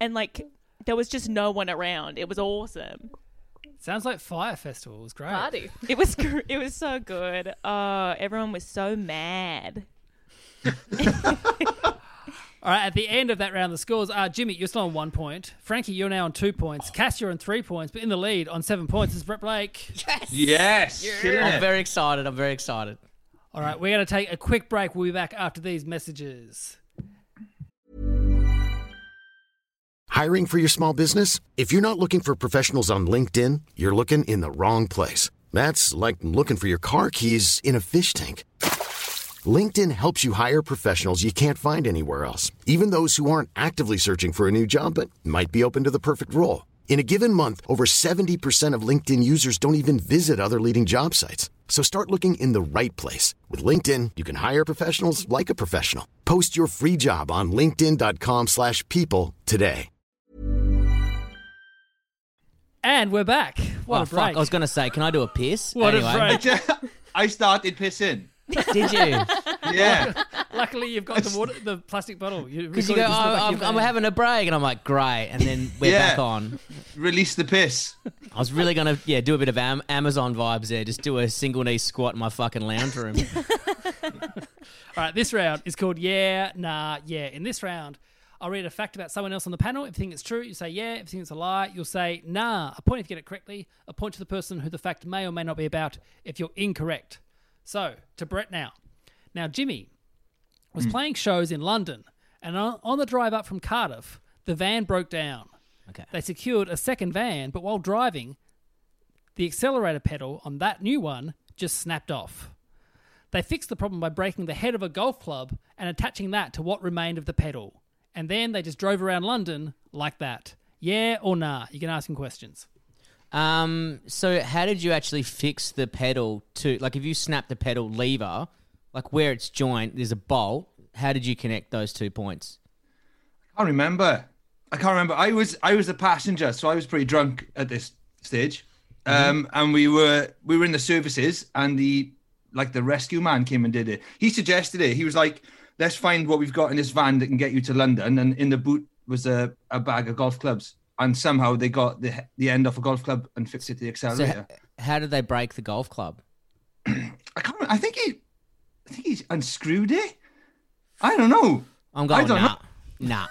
S5: and like there was just no one around. It was awesome.
S1: Sounds like Fire Festival. It was great.
S3: Party.
S5: It was gr- it was so good. Oh, everyone was so mad.
S1: All right, at the end of that round, the scores are Jimmy, you're still on one point. Frankie, you're now on two points. Cass, you're on three points, but in the lead on seven points is Brett Blake.
S4: Yes. killing
S2: I'm
S4: it.
S2: very excited. I'm very excited.
S1: All right, we're going to take a quick break. We'll be back after these messages.
S6: Hiring for your small business? If you're not looking for professionals on LinkedIn, you're looking in the wrong place. That's like looking for your car keys in a fish tank. LinkedIn helps you hire professionals you can't find anywhere else, even those who aren't actively searching for a new job but might be open to the perfect role. In a given month, over 70% of LinkedIn users don't even visit other leading job sites. So start looking in the right place. With LinkedIn, you can hire professionals like a professional. Post your free job on linkedin.com/people slash people today.
S1: And we're back. What
S2: oh,
S1: a
S2: fuck.
S1: break.
S2: I was going to say, can I do a piss?
S1: What a
S2: anyway,
S4: I started pissing.
S2: Did you?
S4: Yeah.
S1: Luckily, you''ve got the water, the plastic bottle. You
S2: Because you
S1: recorded this in the
S2: go, oh,
S1: back of
S2: I'm,
S1: your
S2: I'm
S1: van.
S2: having a break. And I'm like, great. And then we're
S4: Yeah.
S2: back on.
S4: Release the piss.
S2: I was really going to, yeah, do a bit of Am- Amazon vibes there. Just do a single knee squat in my fucking lounge room.
S1: All right, this round is called Yeah, Nah, Yeah. In this round, I'll read a fact about someone else on the panel. If you think it's true, you say yeah. If you think it's a lie, you'll say nah. A point if you get it correctly, a point to the person who the fact may or may not be about if you're incorrect. So, to Brett now. Now, Jimmy was playing shows in London, and on, on the drive up from Cardiff, the van broke down.
S2: Okay.
S1: They secured a second van, but while driving, the accelerator pedal on that new one just snapped off. They fixed the problem by breaking the head of a golf club and attaching that to what remained of the pedal. And then they just drove around London like that. Yeah or nah? You can ask him questions.
S2: Um, so how did you actually fix the pedal to like if you snap the pedal lever, like where it's joined, there's a bolt. How did you connect those two points?
S4: I can't remember. I can't remember. I was I was a passenger, so I was pretty drunk at this stage.
S2: Mm-hmm.
S4: Um, and we were we were in the services, and the like the rescue man came and did it. He suggested it. He was like, "Let's find what we've got in this van that can get you to London." And in the boot was a, a bag of golf clubs, and somehow they got the the end off a golf club and fixed it to the
S2: So h-
S4: accelerator.
S2: how did they break the golf club?
S4: I can't. I think he, I think he unscrewed it. I don't know.
S2: I'm going
S4: don't
S2: nah, nah,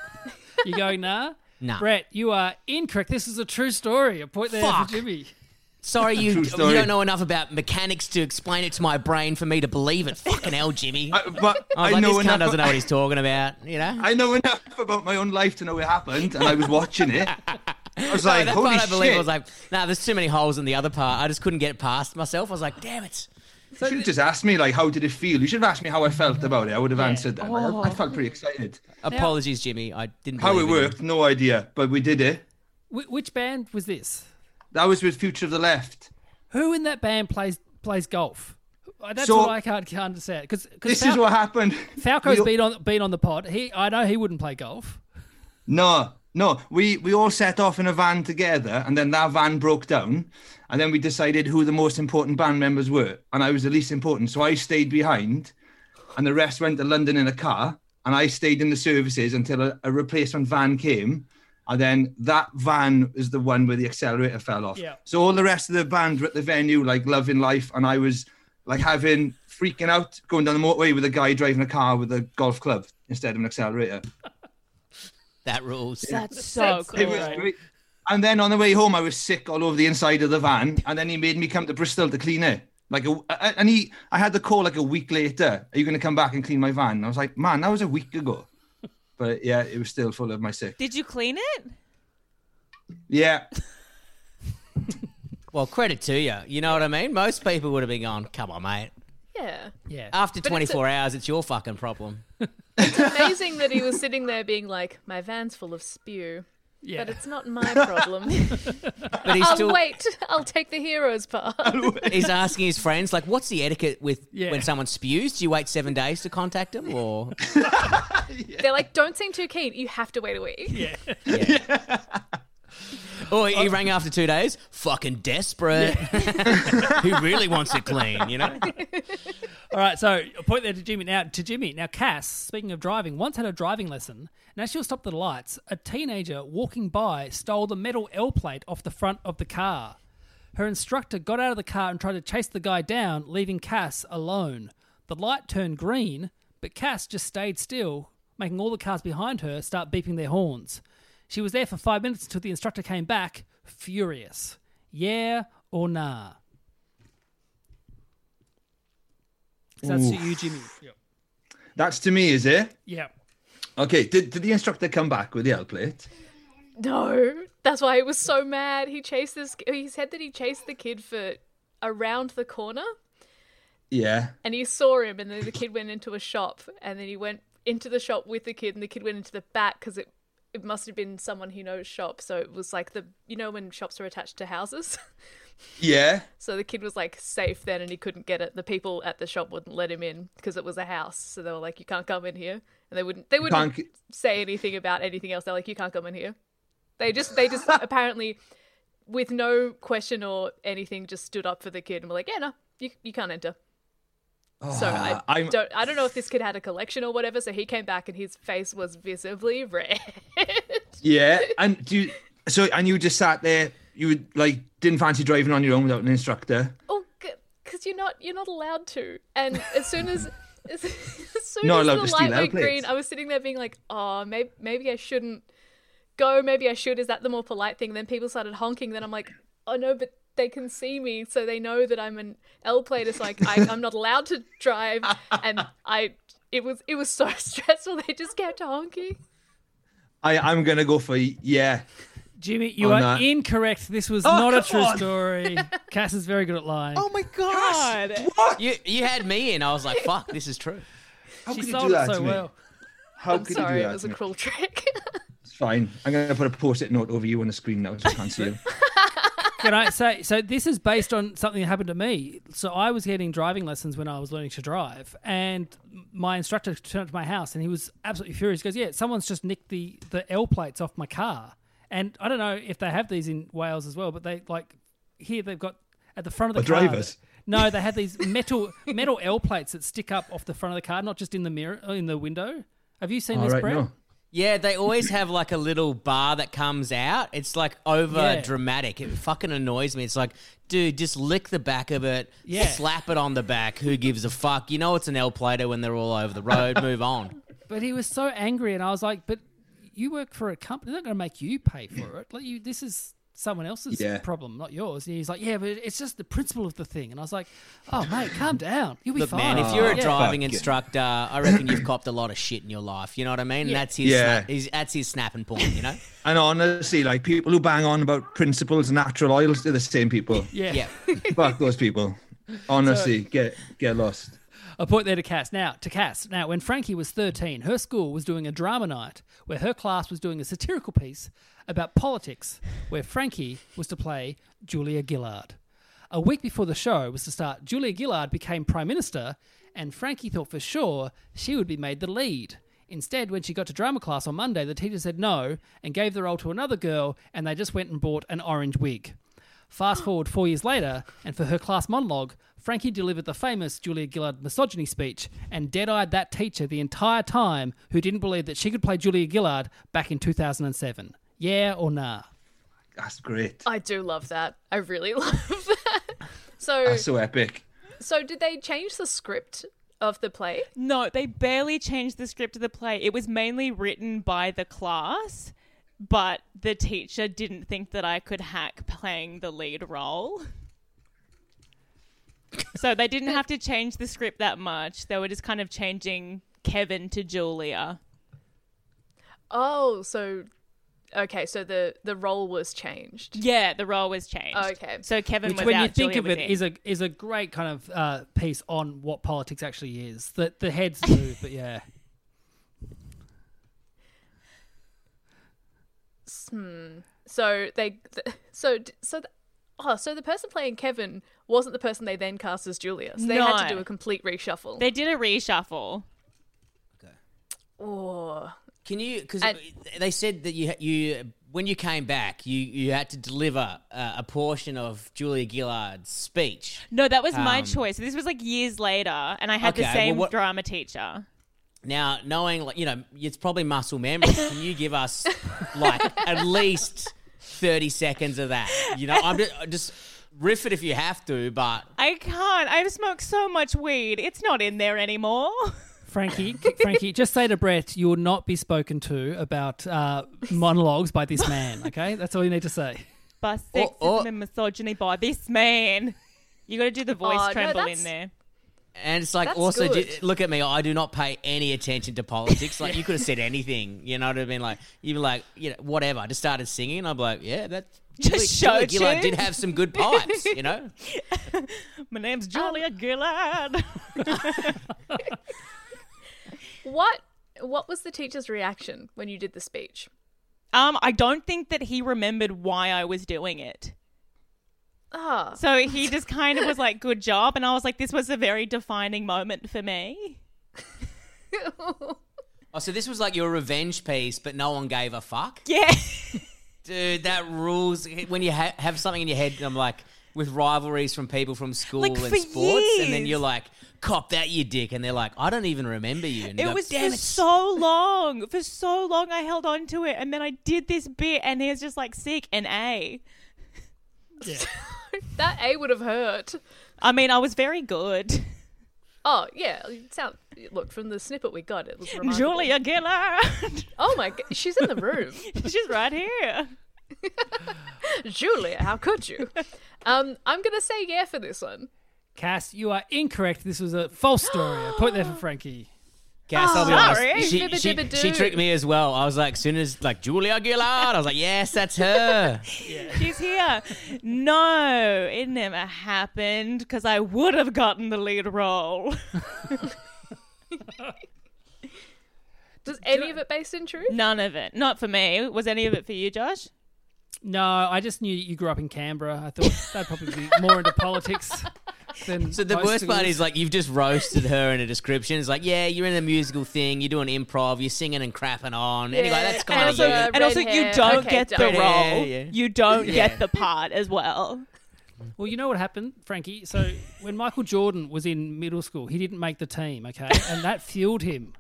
S1: You going nah?
S2: nah.
S1: Brett, you are incorrect. This is a true story. A point there
S2: Fuck.
S1: for Jimmy.
S2: Sorry, you
S4: True
S2: you
S4: story.
S2: don't know enough about mechanics to explain it to my brain for me to believe it. Fucking hell, Jimmy. I,
S4: I, but
S2: was Oh, like, this cunt
S4: enough-
S2: doesn't know what he's talking about. You know,
S4: I know enough about my own life to know it happened, and I was watching it. I was
S2: No,
S4: like,
S2: that
S4: "Holy
S2: part I
S4: shit!"
S2: believe I was like, nah, there's too many holes in the other part. I just couldn't get past myself. I was like, damn it.
S4: you should have just asked me like, "How did it feel?" You should have asked me how I felt about it. I would have answered that. Like, I-
S2: Oh.
S4: I, felt pretty excited.
S2: Apologies, Jimmy. I didn't.
S4: How it
S2: believe in you.
S4: worked, no idea, but we did it.
S1: Wh- which band was this?
S4: That was with Future of the Left.
S1: Who in that band plays plays golf? Uh, That's
S4: So-
S1: what I can't, can't understand. Because
S4: This is what happened.
S1: Falco's
S4: We-
S1: been on been on the pod. He I know he wouldn't play golf.
S4: No, no. We we all set off in a van together, and then that van broke down, and then we decided who the most important band members were, and I was the least important, so I stayed behind, and the rest went to London in a car, and I stayed in the services until a, a replacement van came, and then that van was the one where the accelerator fell off.
S1: Yeah.
S4: So all the rest of the band were at the venue, like loving life, and I was like having freaking out going down the motorway with a guy driving a car with a golf club instead of an accelerator.
S2: That rules.
S5: That's so cool.
S4: It was great. And then on the way home, I was sick all over the inside of the van, and then he made me come to Bristol to clean it. Like, a, a- and he, I had the call like a week later. Are you going to come back and clean my van? And I was like, man, that was a week ago. But yeah, it was still full of my sick.
S5: Did you clean it?
S4: Yeah,
S2: Well, credit to you. You know what I mean? Most people would have been gone, come on, mate.
S3: Yeah.
S1: Yeah.
S4: Uh,
S2: After
S3: But it's a-
S2: 24 hours, it's your fucking problem.
S3: Amazing that he was sitting there being like, my van's full of spew.
S1: yeah.
S3: But it's not my problem.
S2: But he's
S3: I'll
S2: still
S3: Oh, wait. I'll take the hero's part.
S2: he's asking his friends, like, what's the etiquette with
S1: Yeah.
S2: when someone spews? Do you wait seven days to contact them? Or
S3: They're like, don't seem too keen. You have to wait a week.
S2: or he rang after two days, fucking desperate. Oh Who really wants it clean, you know?
S1: All right, so a point there to Jimmy. Now to Jimmy. Now Cass, speaking of driving, once had a driving lesson. and as she was stopped at the lights. A teenager walking by stole the metal L plate off the front of the car. Her instructor got out of the car and tried to chase the guy down, leaving Cass alone. The light turned green, but Cass just stayed still, making all the cars behind her start beeping their horns. She was there for five minutes until the instructor came back, furious. Yeah or nah? So that's to you, Jimmy.
S4: that's to me, is it?
S1: Yeah.
S4: Okay, did, did the instructor come back with the L plate?
S3: No. That's why he was so mad. He chased this. He said that he chased the kid for around the corner
S4: Yeah.
S3: and he saw him and then the kid went into a shop and then he went into the shop with the kid and the kid went into the back because it, it must have been someone he knows shop. So it was like the, you know, when shops are attached to houses.
S4: Yeah.
S3: So the kid was like safe then and he couldn't get it. The people at the shop wouldn't let him in because it was a house. So they were like, You can't come in here. And they wouldn't they wouldn't
S4: can't
S3: say anything about anything else. They're like, You can't come in here. They just they just apparently with no question or anything just stood up for the kid and were like, Yeah, no, you you can't enter. So I
S4: Ah, I'm-
S3: don't I don't know if this kid had a collection or whatever, so he came back and his face was visibly red.
S4: Yeah. And do you, so, and you just sat there, you would like, didn't fancy driving on your own without an instructor.
S3: Oh, because you're not you're not allowed to. And as soon as as, as soon
S4: Not
S3: as
S4: allowed
S3: the
S4: to steal
S3: light
S4: our
S3: went green,
S4: plates.
S3: I was sitting there being like, oh, maybe maybe I shouldn't go. Maybe I should. Is that the more polite thing? Then people started honking. Then I'm like, oh no, but they can see me, so they know that I'm an L plater. So like I, I'm not allowed to drive. And I it was it was so stressful. They just kept honking.
S4: I, I'm going to go for yeah.
S1: Jimmy, you
S4: Oh,
S1: are
S4: no. Oh,
S1: incorrect. This was not a true story. Cass is very good at lying.
S5: my god.
S4: What?
S2: You, you had me in. I was like, fuck, this is true.
S4: How
S1: she
S4: could you
S1: sold
S4: do that
S1: it so
S4: to me?
S1: well.
S4: How
S3: I'm
S4: could
S3: sorry,
S4: you do
S3: it
S4: that?
S3: was
S4: to
S3: a
S4: me?
S3: cruel trick.
S4: It's fine. I'm gonna put a post-it note over you on the screen now, so I can't see you.
S1: Can I say so? This is based on something that happened to me. So I was getting driving lessons when I was learning to drive, and my instructor turned up to my house, and he was absolutely furious. He goes, "Yeah, someone's just nicked the the L plates off my car." And I don't know if they have these in Wales as well, but they like here they've got at the front of the
S4: Or
S1: car.
S4: drivers?
S1: No, they have these metal metal L plates that stick up off the front of the car, not just in the mirror uh, in the window. Have you seen
S4: All
S1: this,
S4: Oh, right,
S1: Brett?
S4: no.
S2: Yeah, they always have like a little bar that comes out. It's like over
S1: Yeah.
S2: dramatic. It fucking annoys me. It's like, dude, just lick the back of it,
S1: Yeah.
S2: slap it on the back. Who gives a fuck? You know it's an L plater when they're all over the road. Move on.
S1: But he was so angry, and I was like, "But you work for a company; they're not going to make you pay for it. Like you, this is someone else's
S4: Yeah.
S1: problem, not yours." And he's like, "Yeah, but it's just the principle of the thing." And I was like, "Oh, mate, calm down. You'll be
S2: Look,
S1: fine."
S2: man, if you're a
S1: Yeah.
S2: driving
S4: Fuck it.
S2: instructor, I reckon you've copped a lot of shit in your life. You know what I mean?
S1: Yeah.
S2: That's his.
S4: Yeah.
S2: Snap, his that's his snapping point. You know.
S4: And honestly, like people who bang on about principles and natural oils, they're the same people.
S1: yeah.
S2: yeah.
S4: Fuck those people. Honestly, get get lost.
S1: A point there to Cass. Now, to Cass. Now, when Frankie was 13, her school was doing a drama night where her class was doing a satirical piece about politics where Frankie was to play Julia Gillard. A week before the show was to start, Julia Gillard became Prime Minister, and Frankie thought for sure she would be made the lead. Instead, when she got to drama class on Monday, the teacher said no and gave the role to another girl, and they just went and bought an orange wig. Fast forward four years later, and for her class monologue, Frankie delivered the famous Julia Gillard misogyny speech and dead eyed that teacher the entire time who didn't believe that she could play Julia Gillard back in 2007. Yeah or nah?
S4: That's great.
S3: I do love that. I really love that. So,
S4: That's so epic.
S3: so did they change the script of the play?
S5: No, they barely changed the script of the play. It was mainly written by the class, but the teacher didn't think that I could hack playing the lead role. So they didn't have to change the script that much. They were just kind of changing Kevin to Julia.
S3: Oh, so okay, so the the role was changed.
S5: Yeah, the role was changed.
S3: Okay.
S5: So Kevin
S1: Which,
S5: was
S1: when
S5: out,
S1: you think
S5: Julia
S1: of
S5: was
S1: it,
S5: in.
S1: is a is a great kind of uh, piece on what politics actually is. The the heads move, but yeah,
S3: So they th- so d- so th- oh, so the person playing Kevin wasn't the person they then cast as Julia. So they had to
S5: No.
S3: do a complete reshuffle.
S5: they did a reshuffle.
S3: oh.
S2: Can you? Because
S3: And-
S2: they said that you you when you came back, you you had to deliver uh, a portion of Julia Gillard's speech.
S5: No, that was my
S2: Um,
S5: choice. This was like years later, and I had the
S2: Okay, well,
S5: same
S2: what-
S5: drama teacher.
S2: Now, knowing like you know, it's probably muscle memory. Can you give us like at least thirty seconds of that? You know, I'm just, just riff it if you have to, but
S5: I can't. I've smoked so much weed. It's not in there anymore.
S1: Frankie, Frankie, just say to Brett, you will not be spoken to about uh, monologues by this man. Okay, that's all you need to say.
S5: Bus sexism
S2: oh.
S5: and misogyny by this man. You got to do the voice
S3: Oh, no,
S5: tremble
S3: that's-
S5: in there.
S2: and it's like
S3: That's
S2: also
S3: good.
S2: ju- look at me. I do not pay any attention to politics. Like you could have said anything. You know what I mean? Like you'd be like you know whatever. I just started singing. and I'm like yeah, that's
S5: Just
S2: Julia
S5: showed
S2: Gillard
S5: you.
S2: did have some good pipes. You know.
S5: My
S2: Um,
S5: name's Julia Gillard.
S3: What what was the teacher's reaction when you did the speech?
S5: um, I don't think that he remembered why I was doing it.
S3: Ah,
S5: So he just kind of was like, good job. And I was like, this was a very defining moment for me.
S2: Oh, so this was like your revenge piece, but no one gave a fuck.
S5: Yeah.
S2: Dude, that rules. When you ha- have something in your head, and I'm like, with rivalries from people from school
S5: Like,
S2: and
S5: for
S2: sports, and then
S5: years.
S2: you're like, cop that, you dick. And they're like, I don't even remember you. And you
S5: It
S2: go,
S5: was
S2: damn
S5: for
S2: it.
S5: so long. For so long, I held on to it. And then I did this bit, and he was just like, sick and A.
S3: that A would have hurt.
S5: I mean, I was very good.
S3: Oh yeah, it sound look from the snippet we got, it was remarkable.
S5: Julia Gillard.
S3: Oh my, g- she's in the room.
S5: She's right here.
S3: Julia, how could you? Um, I'm gonna say yeah for this one.
S1: Cass, you are incorrect. This was a false story. A point there for Frankie.
S2: Cass, I'll be
S5: Sorry.
S2: honest. She,
S3: Dibba
S2: she,
S3: dibba
S2: she
S3: doo.
S2: tricked me as well. I was like, soon as, like, Julia Gillard, I was like, yes, that's her.
S5: She's here. No, it never happened because I would have gotten the lead role.
S3: Was any of it based in truth?
S5: None of it. Not for me. Was any of it for you, Josh?
S1: No, I just knew you grew up in Canberra. I thought they'd probably be more into politics than.
S2: So the
S1: most
S2: worst part
S1: schools.
S2: is like you've just roasted her in a description. It's like, yeah, you're in a musical thing, you're doing improv, you're singing and crapping on. Anyway,
S3: Yeah,
S2: that's
S3: and
S2: kind of
S3: also-
S2: you.
S3: red
S5: and also, you
S3: hair.
S5: don't
S3: Okay,
S5: get
S3: done.
S5: the
S2: Yeah,
S5: role.
S2: yeah, yeah.
S5: You don't
S2: Yeah.
S5: get the part as well.
S1: Well, you know what happened, Frankie? So when Michael Jordan was in middle school, he didn't make the team, okay? And that fueled him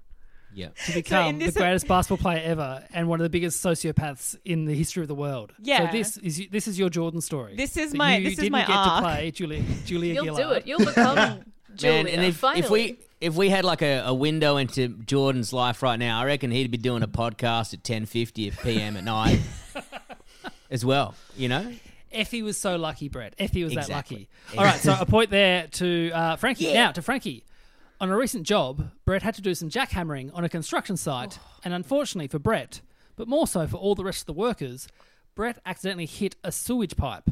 S2: Yeah.
S1: to become the
S5: this-
S1: greatest basketball player ever and one of the biggest sociopaths in the history of the world.
S5: Yeah.
S1: So this is this is your Jordan story.
S5: This is
S1: That
S5: my-
S1: you
S5: this is
S1: didn't
S5: my
S1: get
S5: arc.
S1: to play Julia Julia
S3: You'll
S1: Gillard.
S3: do it. You'll become Julia.
S2: Man, and if,
S3: finally.
S2: if we if we had like a, a window into Jordan's life right now, I reckon he'd be doing a podcast at ten fifty p.m. at night as well. You know,
S1: Effie E was so lucky, Brett. Effie was that lucky.
S2: Exactly.
S1: All right, so a point there to uh, Frankie. Now to Frankie. On a recent job, Brett had to do some jackhammering on a construction site, and unfortunately for Brett, but more so for all the rest of the workers, Brett accidentally hit a sewage pipe.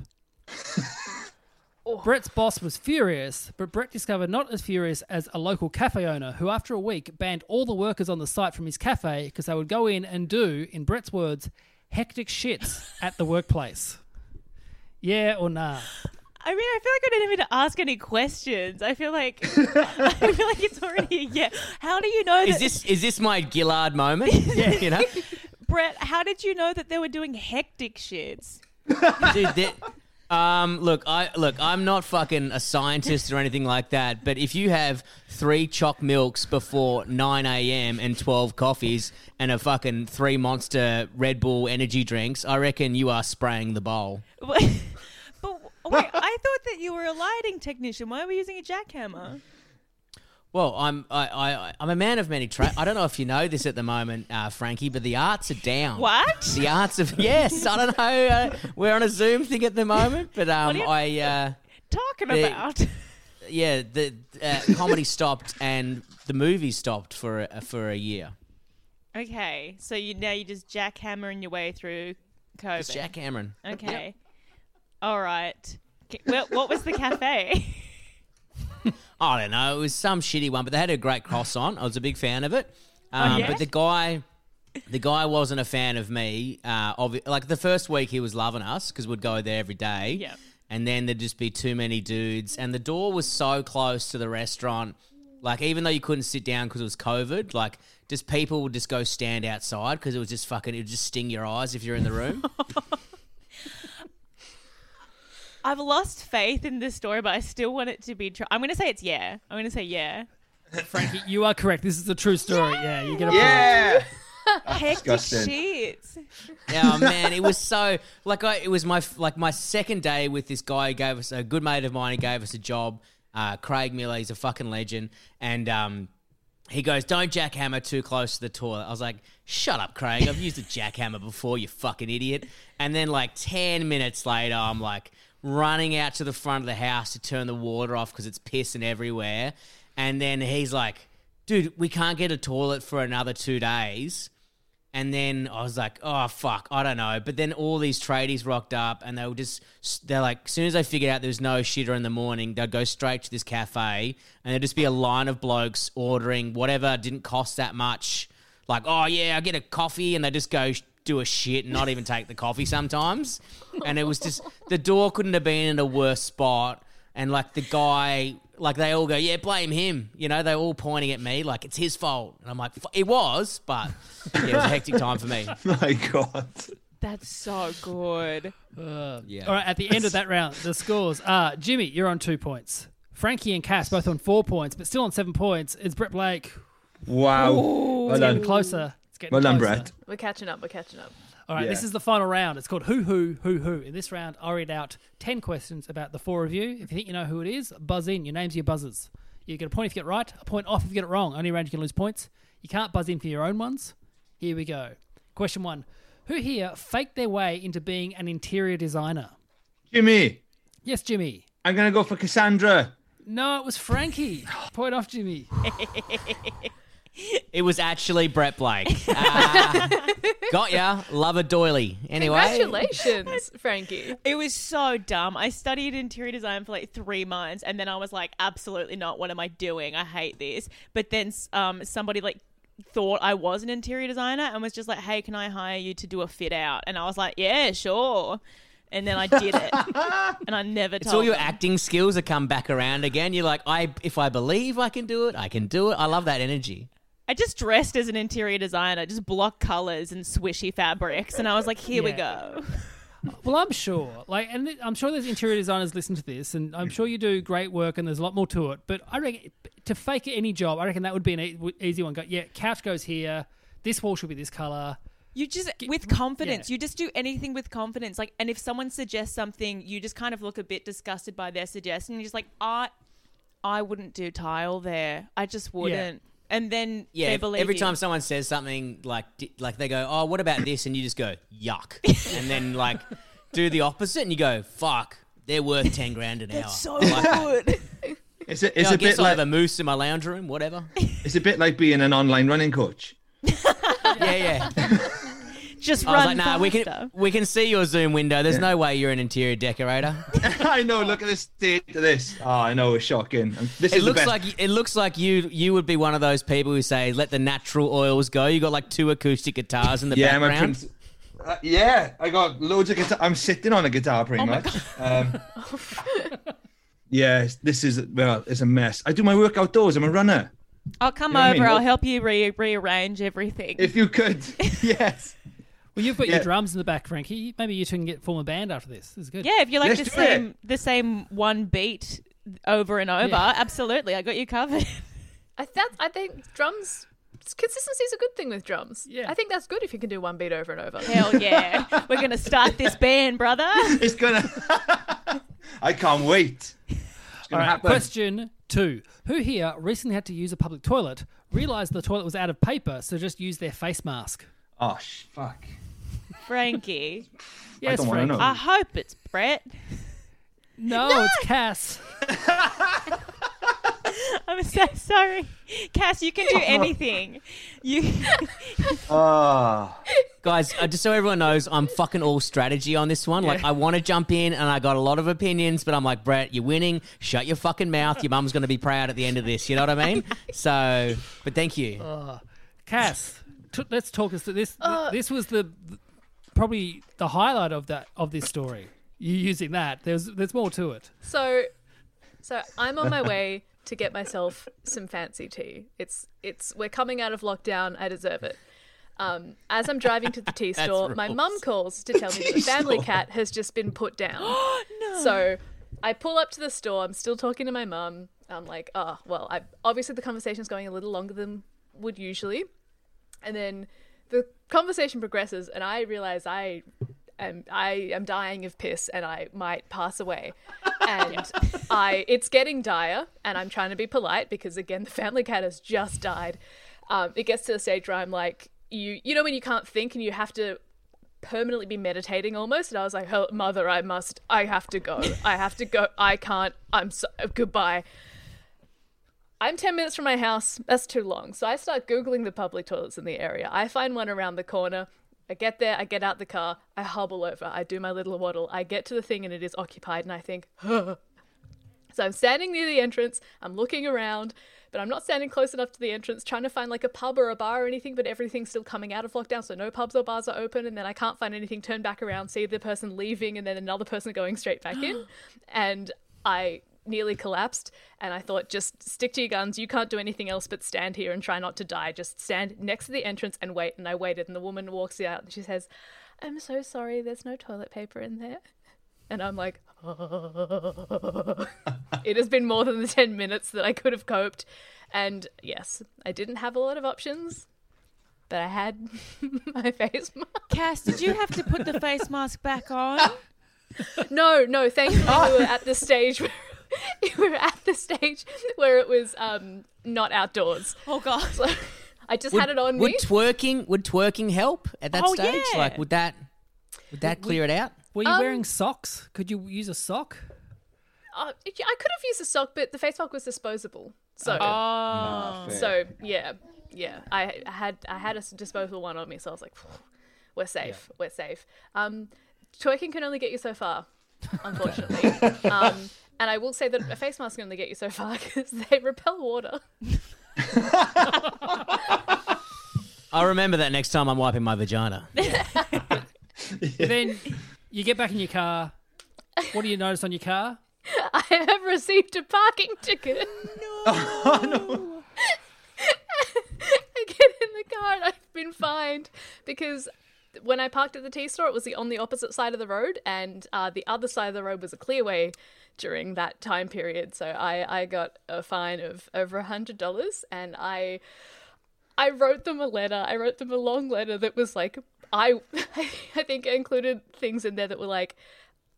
S1: Brett's boss was furious, but Brett discovered not as furious as a local cafe owner who, after a week, banned all the workers on the site from his cafe because they would go in and do, in Brett's words, hectic shits at the workplace. Yeah or nah?
S5: I mean, I feel like I don't even need to ask any questions. I feel like I feel like it's already a yeah. How do you know
S2: is
S5: that
S2: this is this my Gillard moment? yeah, you know,
S5: Brett? How did you know that they were doing hectic shits?
S2: dude. that- um, look, I look. I'm not fucking a scientist or anything like that. But if you have three choc milks before 9 a.m. and 12 coffees and a fucking three monster Red Bull energy drinks, I reckon you are spraying the bowl.
S5: but wait, I thought that you were a lighting technician. Why were you using a jackhammer?
S2: Well, I'm I, I I'm a man of many trades. I don't know if you know this at the moment, uh, Frankie, but the arts are down.
S5: What?
S2: The arts of yes. I don't know. Uh, we're on a Zoom thing at the moment, but um,
S5: What
S2: I uh,
S5: Talking
S2: The-
S5: about.
S2: yeah, the uh, comedy stopped and the movie stopped for a, for a year.
S5: Okay, so you now you're just jackhammering your way through COVID.
S2: It's Jack Cameron.
S5: okay, all right. K- Well, what was the cafe?
S2: I don't know. It was some shitty one, but they had a great cross on. I was a big fan of it. Um,
S5: Oh, yeah?
S2: But the guy, the guy wasn't a fan of me. Uh, obvi- like the first week, he was loving us because we'd go there every day.
S5: Yep.
S2: And then there'd just be too many dudes, and the door was so close to the restaurant. Like even though you couldn't sit down because it was COVID, like just people would just go stand outside because it was just fucking. It would just sting your eyes if you're in the room.
S5: I've lost faith in this story, but I still want it to be true. I'm going to say it's yeah. I'm going to say yeah.
S1: Frankie, you are correct. This is the true story. Yeah, you get a
S4: Yeah.
S5: Hectic
S4: disgusting.
S5: shit.
S2: oh man, it was so like I, it was my like my second day with this guy who gave us a good mate of mine who gave us a job. Uh, Craig Miller, he's a fucking legend, and um, he goes, "Don't jackhammer too close to the toilet." I was like, "Shut up, Craig! I've used a jackhammer before, you fucking idiot." And then like ten minutes later, I'm like running out to the front of the house to turn the water off because it's pissing everywhere, and then he's like, "Dude, we can't get a toilet for another two days." And then I was like, oh, fuck, I don't know. But then all these tradies rocked up and they were just, they're like, as soon as they figured out there was no shitter in the morning, they'd go straight to this cafe and there'd just be a line of blokes ordering whatever didn't cost that much. Like, oh, yeah, I get a coffee. And they just go sh- do a shit and not even take the coffee sometimes. And it was just, the door couldn't have been in a worse spot. And like the guy, like they all go, yeah, blame him. You know, they're all pointing at me like it's his fault. And I'm like, "F- it was, but yeah, it was a hectic time for me.
S4: My God.
S5: That's so good.
S1: Yeah. All right, at the end of that round, the scores are Jimmy, you're on two points. Frankie and Cass both on four points, but still on seven points. It's Brett Blake.
S4: Wow. well
S1: Getting
S4: done.
S1: closer. It's getting
S4: Well done,
S1: closer.
S4: Brett.
S3: we're catching up. We're catching up.
S1: All right,
S4: Yeah.
S1: this is the final round. It's called Who Who Who Who. In this round, I read out 10 questions about the four of you. If you think you know who it is, buzz in. Your names are your buzzers. You get a point if you get it right, a point off if you get it wrong. Only round you can lose points. You can't buzz in for your own ones. Here we go. Question one Who here faked their way into being an interior designer?
S4: Jimmy,
S1: Yes, Jimmy.
S4: I'm going to go for Cassandra.
S1: No, it was Frankie. point off, Jimmy.
S2: It was actually Brett Blake. Ah, got ya. Love a doily. Anyway.
S3: Congratulations, Frankie.
S5: It was so dumb. I studied interior design for like three months, and then I was like, absolutely not. What am I doing? I hate this. But then um, somebody like thought I was an interior designer and was just like, "Hey, can I hire you to do a fit out?" And I was like, "Yeah, sure." And then I did it, and I never told.
S2: It's all your
S5: them.
S2: acting skills that come back around again. You're like, I if I believe I can do it, I can do it. I love that energy.
S5: I just dressed as an interior designer, just block colors and swishy fabrics, and I was like, "Here we
S1: Yeah.
S5: go."
S1: Well, I'm sure. Like, and th- I'm sure there's interior designers listen to this, and I'm
S4: Mm.
S1: sure you do great work, and there's a lot more to it. But I reckon to fake any job, I reckon that would be an e- w- easy one. Go, yeah, couch goes here. This wall should be this color.
S5: You just with confidence.
S1: yeah.
S5: You just do anything with confidence. Like, and if someone suggests something, you just kind of look a bit disgusted by their suggestion. You're just like, I, I wouldn't do tile there. I just wouldn't. And then
S2: Yeah.
S5: they
S2: if-
S5: believe
S2: every
S5: you.
S2: time someone says something like di- like they go, "Oh, what about this?" and you just go, "Yuck," and then like do the opposite, and you go, "Fuck." They're worth ten grand an hour.
S5: so good.
S4: It's a,
S2: Yeah,
S4: it's
S2: I
S4: a
S2: guess
S4: bit
S2: I'll
S4: like
S2: have a moose in my lounge room, whatever.
S4: it's a bit like being an online running coach.
S2: yeah, yeah.
S5: just
S2: I was
S5: run
S2: like, nah, we can
S5: faster.
S2: we can see your Zoom window. There's no way you're an interior decorator.
S4: I know. Look at the state of this. Oh, I know. It's shocking. Um, This is
S2: it
S4: the
S2: looks
S4: best.
S2: like it looks like you you would be one of those people who say, "Let the natural oils go." You got like two acoustic guitars in the
S4: yeah,
S2: background.
S4: my prince. Uh, yeah, I got loads of guitar. I'm sitting on a guitar pretty much. Um, yeah, this is well, it's a mess. I do my work outdoors. I'm a runner.
S5: I'll come
S4: know what I
S5: over.
S4: mean?
S5: I'll help you re- rearrange everything.
S4: If you could, yes.
S1: Well, you've got
S4: Yeah.
S1: your drums in the back, Frankie. Maybe you two can get form a band after this. This is good.
S5: yeah, if you like
S4: Let's
S5: the
S4: do it.
S5: same the same one beat over and over,
S1: Yeah.
S5: absolutely, I got you covered.
S3: I, that, I think drums consistency is a good thing with drums.
S1: Yeah.
S3: I think that's good if you can do one beat over and over.
S5: Hell yeah, we're gonna start this band, brother.
S4: It's gonna. I can't wait. It's
S1: All
S4: gonna
S1: right.
S4: happen.
S1: Question two: Who here recently had to use a public toilet? Realized the toilet was out of paper, so just used their face mask.
S4: Oh sh- fuck.
S5: Frankie,
S1: Yes,
S4: don't wanna
S1: Frankie.
S4: know.
S5: I hope it's Brett.
S1: No, it's Cass.
S5: I'm so sorry, Cass. You can do anything. You
S4: Ah.
S2: Guys, uh, just so everyone knows, I'm fucking all strategy on this one. Like, I want to jump in, and I got a lot of opinions, but I'm like, Brett, you're winning. Shut your fucking mouth. Your mum's gonna be proud at the end of this. You know what I mean? So, but thank you.
S3: Oh.
S1: Cass, t- let's talk us through this.
S5: Uh,
S1: this was the probably the highlight of that of this story. You using that? There's there's more to it.
S3: So, so I'm on my way to get myself some fancy tea. It's it's we're coming out of lockdown. I deserve it. Um, as I'm driving to the tea store, my
S2: rules.
S3: mum calls to tell me that the family cat has just been put down. So I pull up to the store. I'm still talking to my mum. I'm like, oh well. I obviously the conversation's going a little longer than would usually, and then the conversation progresses, and I realize I am I am dying of piss, and I might pass away. And I it's getting dire, and I'm trying to be polite because again, the family cat has just died. Um, it gets to the stage where I'm like, you you know when you can't think and you have to permanently be meditating almost and i was like oh mother i must i have to go i have to go i can't i'm so goodbye i'm 10 minutes from my house that's too long so i start googling the public toilets in the area i find one around the corner i get there i get out the car i hobble over i do my little waddle i get to the thing and it is occupied and i think so I'm standing near the entrance, I'm looking around, but I'm not standing close enough to the entrance, trying to find like a pub or a bar or anything, but everything's still coming out of lockdown, so no pubs or bars are open, and then I can't find anything, turn back around, see the person leaving, and then another person going straight back in. And I nearly collapsed, and I thought, just stick to your guns, you can't do anything else but stand here and try not to die. Just stand next to the entrance and wait. And I waited, and the woman walks out and she says, I'm so sorry, there's no toilet paper in there. And I'm like, "Oh." it has been more than the 10 minutes that I could have coped. And yes, I didn't have a lot of options, but I had my face mask.
S5: Cass, did you have to put the face mask back on?
S3: No, no, thankfully we were at the stage where we were at the stage where it was um, not outdoors.
S5: Oh God.
S3: So I just had it on
S2: would
S3: me.
S2: twerking would twerking help at that
S5: Oh,
S2: stage?
S5: yeah.
S2: Like, would that would that clear it out?
S1: Were you
S5: Um,
S1: wearing socks? Could you use a sock?
S3: Uh, I could have used a sock, but the face mask was disposable. So
S5: Oh.
S4: Ah, fair.
S3: So yeah, yeah. I I had I had a s- disposable one on me, so I was like, "We're safe. We're safe." Um, twerking can only get you so far, unfortunately. um, and I will say that a face mask can only get you so far because they repel water.
S2: I'll remember that next time I'm wiping my vagina.
S1: But then you get back in your car. What do you notice on your car?
S3: I have received a parking ticket. I get in the car and I've been fined because when I parked at the tea store, it was the, on the opposite side of the road, and uh, the other side of the road was a clearway during that time period. So I, I got a fine of over a hundred dollars, and I I wrote them a letter. I wrote them a long letter that was like I I think I included things in there that were like.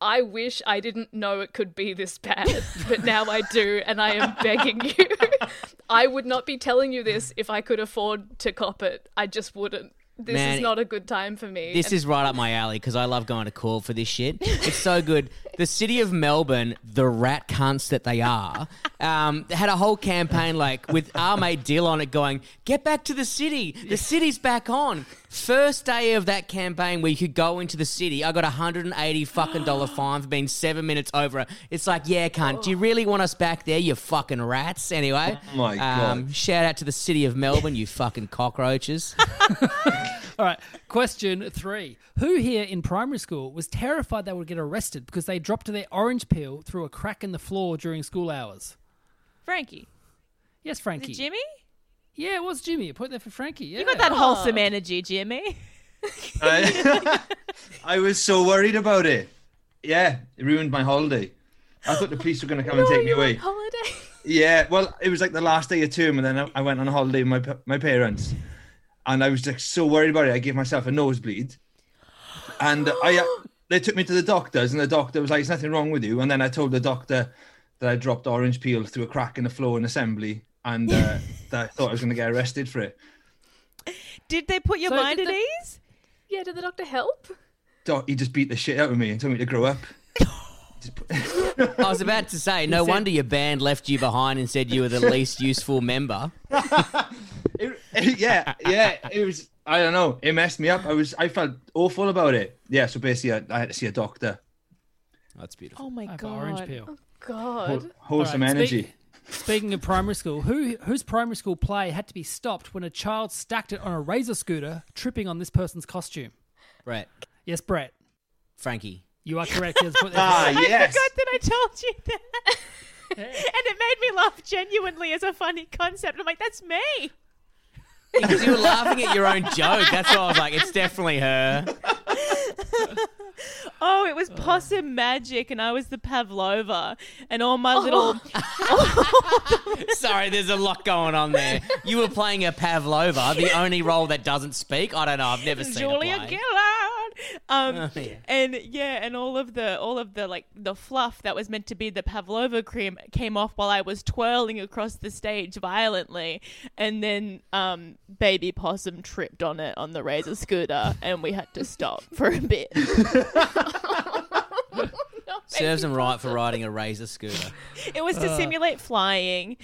S3: I wish I didn't know it could be this bad, but now I do, and I am begging you. I would not be telling you this if I could afford to cop it. I just wouldn't. This
S2: Man,
S3: is not a good time for me.
S2: This
S3: And-
S2: is right up my alley because I love going to call for this shit. It's so good. The city of Melbourne, the rat cunts that they are, um, had a whole campaign like with our mate Dill on it going, get back to the city. The city's back on. First day of that campaign where you could go into the city, I got a hundred and eighty fucking dollar fine for being seven minutes over. it. It's like, yeah, cunt, do you really want us back there, you fucking rats? Anyway, um,
S4: Oh my God.
S2: shout out to the city of Melbourne, you fucking cockroaches.
S1: All right. Question three: Who here in primary school was terrified they would get arrested because they dropped their orange peel through a crack in the floor during school hours?
S5: Frankie,
S1: Yes,
S5: is
S1: Frankie.
S5: it Jimmy?
S1: Yeah, it was Jimmy. A point there for Frankie. Yeah.
S5: You got that wholesome energy, Jimmy.
S4: I, I was so worried about it. Yeah, it ruined my holiday. I thought the police were going to come and
S3: No,
S4: take me
S3: you're on
S4: away.
S3: holiday.
S4: Yeah, well, it was like the last day of term, and then I- I went on a holiday with my pa- my parents, and I was just so worried about it. I gave myself a nosebleed, and I uh, they took me to the doctors, and the doctor was like, "There's nothing wrong with you." And then I told the doctor that I dropped orange peel through a crack in the floor in assembly, and uh, that I thought I was going to get arrested for it.
S5: Did they put your
S1: So
S5: mind
S1: did
S5: at
S1: the-
S5: ease?
S3: Yeah, did the doctor help?
S4: Doc, he just beat the shit out of me and told me to grow up.
S2: I was about to say, no wonder your band left you behind and said you were the least useful member. Oh,
S4: It, yeah, yeah, it was. I don't know. It messed me up. I was. I felt awful about it. Yeah. So basically, I, I had to see a doctor.
S2: That's beautiful.
S5: Oh my
S1: I got
S5: god!
S1: orange peel.
S3: God.
S4: Wholesome
S1: All right,
S4: energy.
S1: speak- Speaking of primary school, who whose primary school play had to be stopped when a child stacked it on a razor scooter, tripping on this person's costume?
S4: Oh.
S2: Right.
S1: Yes, Brett.
S2: Frankie.
S1: You are correct. Yes, point there for
S4: Ah,
S1: Frankie.
S5: I
S4: yes.
S5: forgot that I told you that. and it made me laugh genuinely as a funny concept. I'm like, that's me.
S2: Because you were laughing at your own joke. That's why I was like, it's definitely her.
S5: Oh, it was possum magic, and I was the Pavlova, and all my little
S2: Sorry, there's a lot going on there. You were playing a Pavlova, the only role that doesn't speak. I don't know. I've never seen
S5: Julia
S2: a play.
S5: Gillard. Um,
S2: Oh, yeah.
S5: and yeah, and all of the all of the like the fluff that was meant to be the pavlova cream came off while I was twirling across the stage violently, and then um, baby possum tripped on it on the razor scooter, and we had to stop for a bit.
S2: Serves him right for riding a razor scooter.
S5: It was to simulate flying.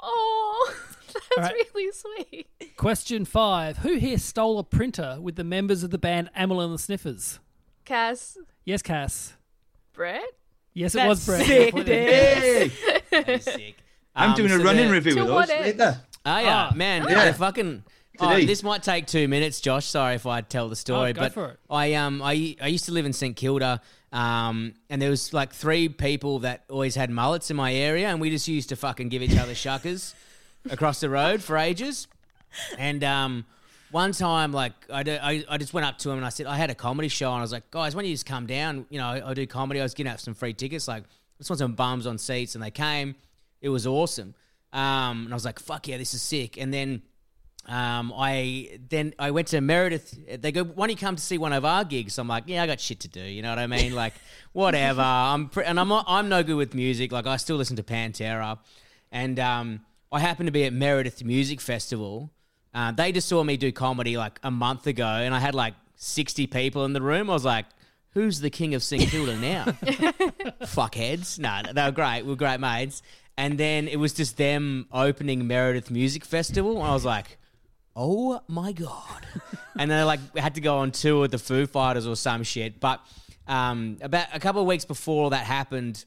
S3: Oh, that's
S1: right.
S3: really sweet.
S1: Question five: Who here stole a printer with the members of the band Amel and the Sniffers?
S3: Cass,
S1: Yes, Cass.
S3: Brett?
S1: Yes, it
S5: That's
S1: was Brett.
S5: sick,
S1: Point there for
S5: dude.
S4: Hey, I'm
S2: Um,
S4: doing a
S2: so
S4: running
S2: the-
S4: review
S3: To
S4: with
S3: what
S4: those
S3: end?
S4: later.
S2: Oh yeah, man.
S4: Yeah.
S2: Yeah. Fucking. Oh,
S4: Today.
S2: this might take two minutes, Josh. Sorry if I tell the story,
S1: Oh, go
S2: but
S1: for it.
S2: I um I I used to live in St Kilda, um, and there was like three people that always had mullets in my area, and we just used to fucking give each other shuckers across the road for ages. And um, one time, like I, d- I- I just went up to him and I said I had a comedy show, and I was like, guys, why don't you just come down? You know, I do comedy. I was gonna have some free tickets. Like, I just want some bums on seats, and they came. It was awesome. Um, and I was like, fuck yeah, this is sick. And then. Um, I then I went to Meredith. They go, "Why don't you come to see one of our gigs?" I'm like, "Yeah, I got shit to do." You know what I mean? Like, whatever. I'm pre- and I'm not, I'm no good with music. Like, I still listen to Pantera, and um, I happened to be at Meredith Music Festival. Uh, they just saw me do comedy like a month ago, and I had like 60 people in the room. I was like, "Who's the king of St Kilda now?" fuckheads. No, no, they were great. We were great mates. And then it was just them opening Meredith Music Festival. And I was like, oh my God. and then I like had to go on tour with the Foo Fighters or some shit. But um, about a couple of weeks before that happened,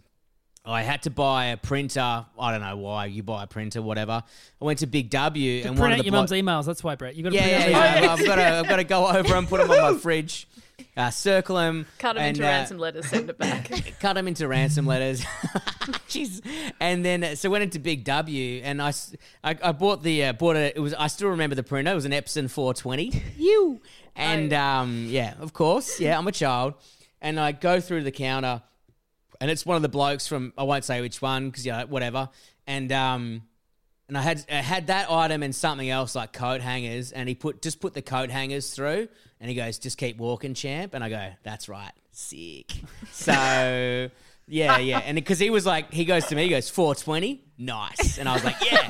S2: I had to buy a printer. I don't know why you buy a printer, whatever. I went to Big W and one
S1: print out
S2: of the
S1: your
S2: blo-
S1: mum's emails. That's why, Brett. You got to
S2: yeah,
S1: print
S2: yeah,
S1: out
S2: yeah.
S1: your emails.
S2: I've got to, I've got to go over and put them on my fridge, uh, circle them,
S3: Cut them
S2: and,
S3: into
S2: uh,
S3: ransom letters, send it back.
S2: cut them into ransom letters. Jeez. And then uh, so went into Big W, and I, s- I- I bought the uh, bought a. It was I still remember the printer. It was an Epson 420. You and um yeah, of course, yeah. I'm a child, and I go through the counter, and it's one of the blokes from I won't say which one because you know whatever, and um. And I had I had that item and something else like coat hangers, and he put just put the coat hangers through, and he goes, "Just keep walking, champ." And I go, "That's right, sick." So yeah, yeah, and because he was like, he goes to me, he goes, 420, nice," and I was like, "Yeah,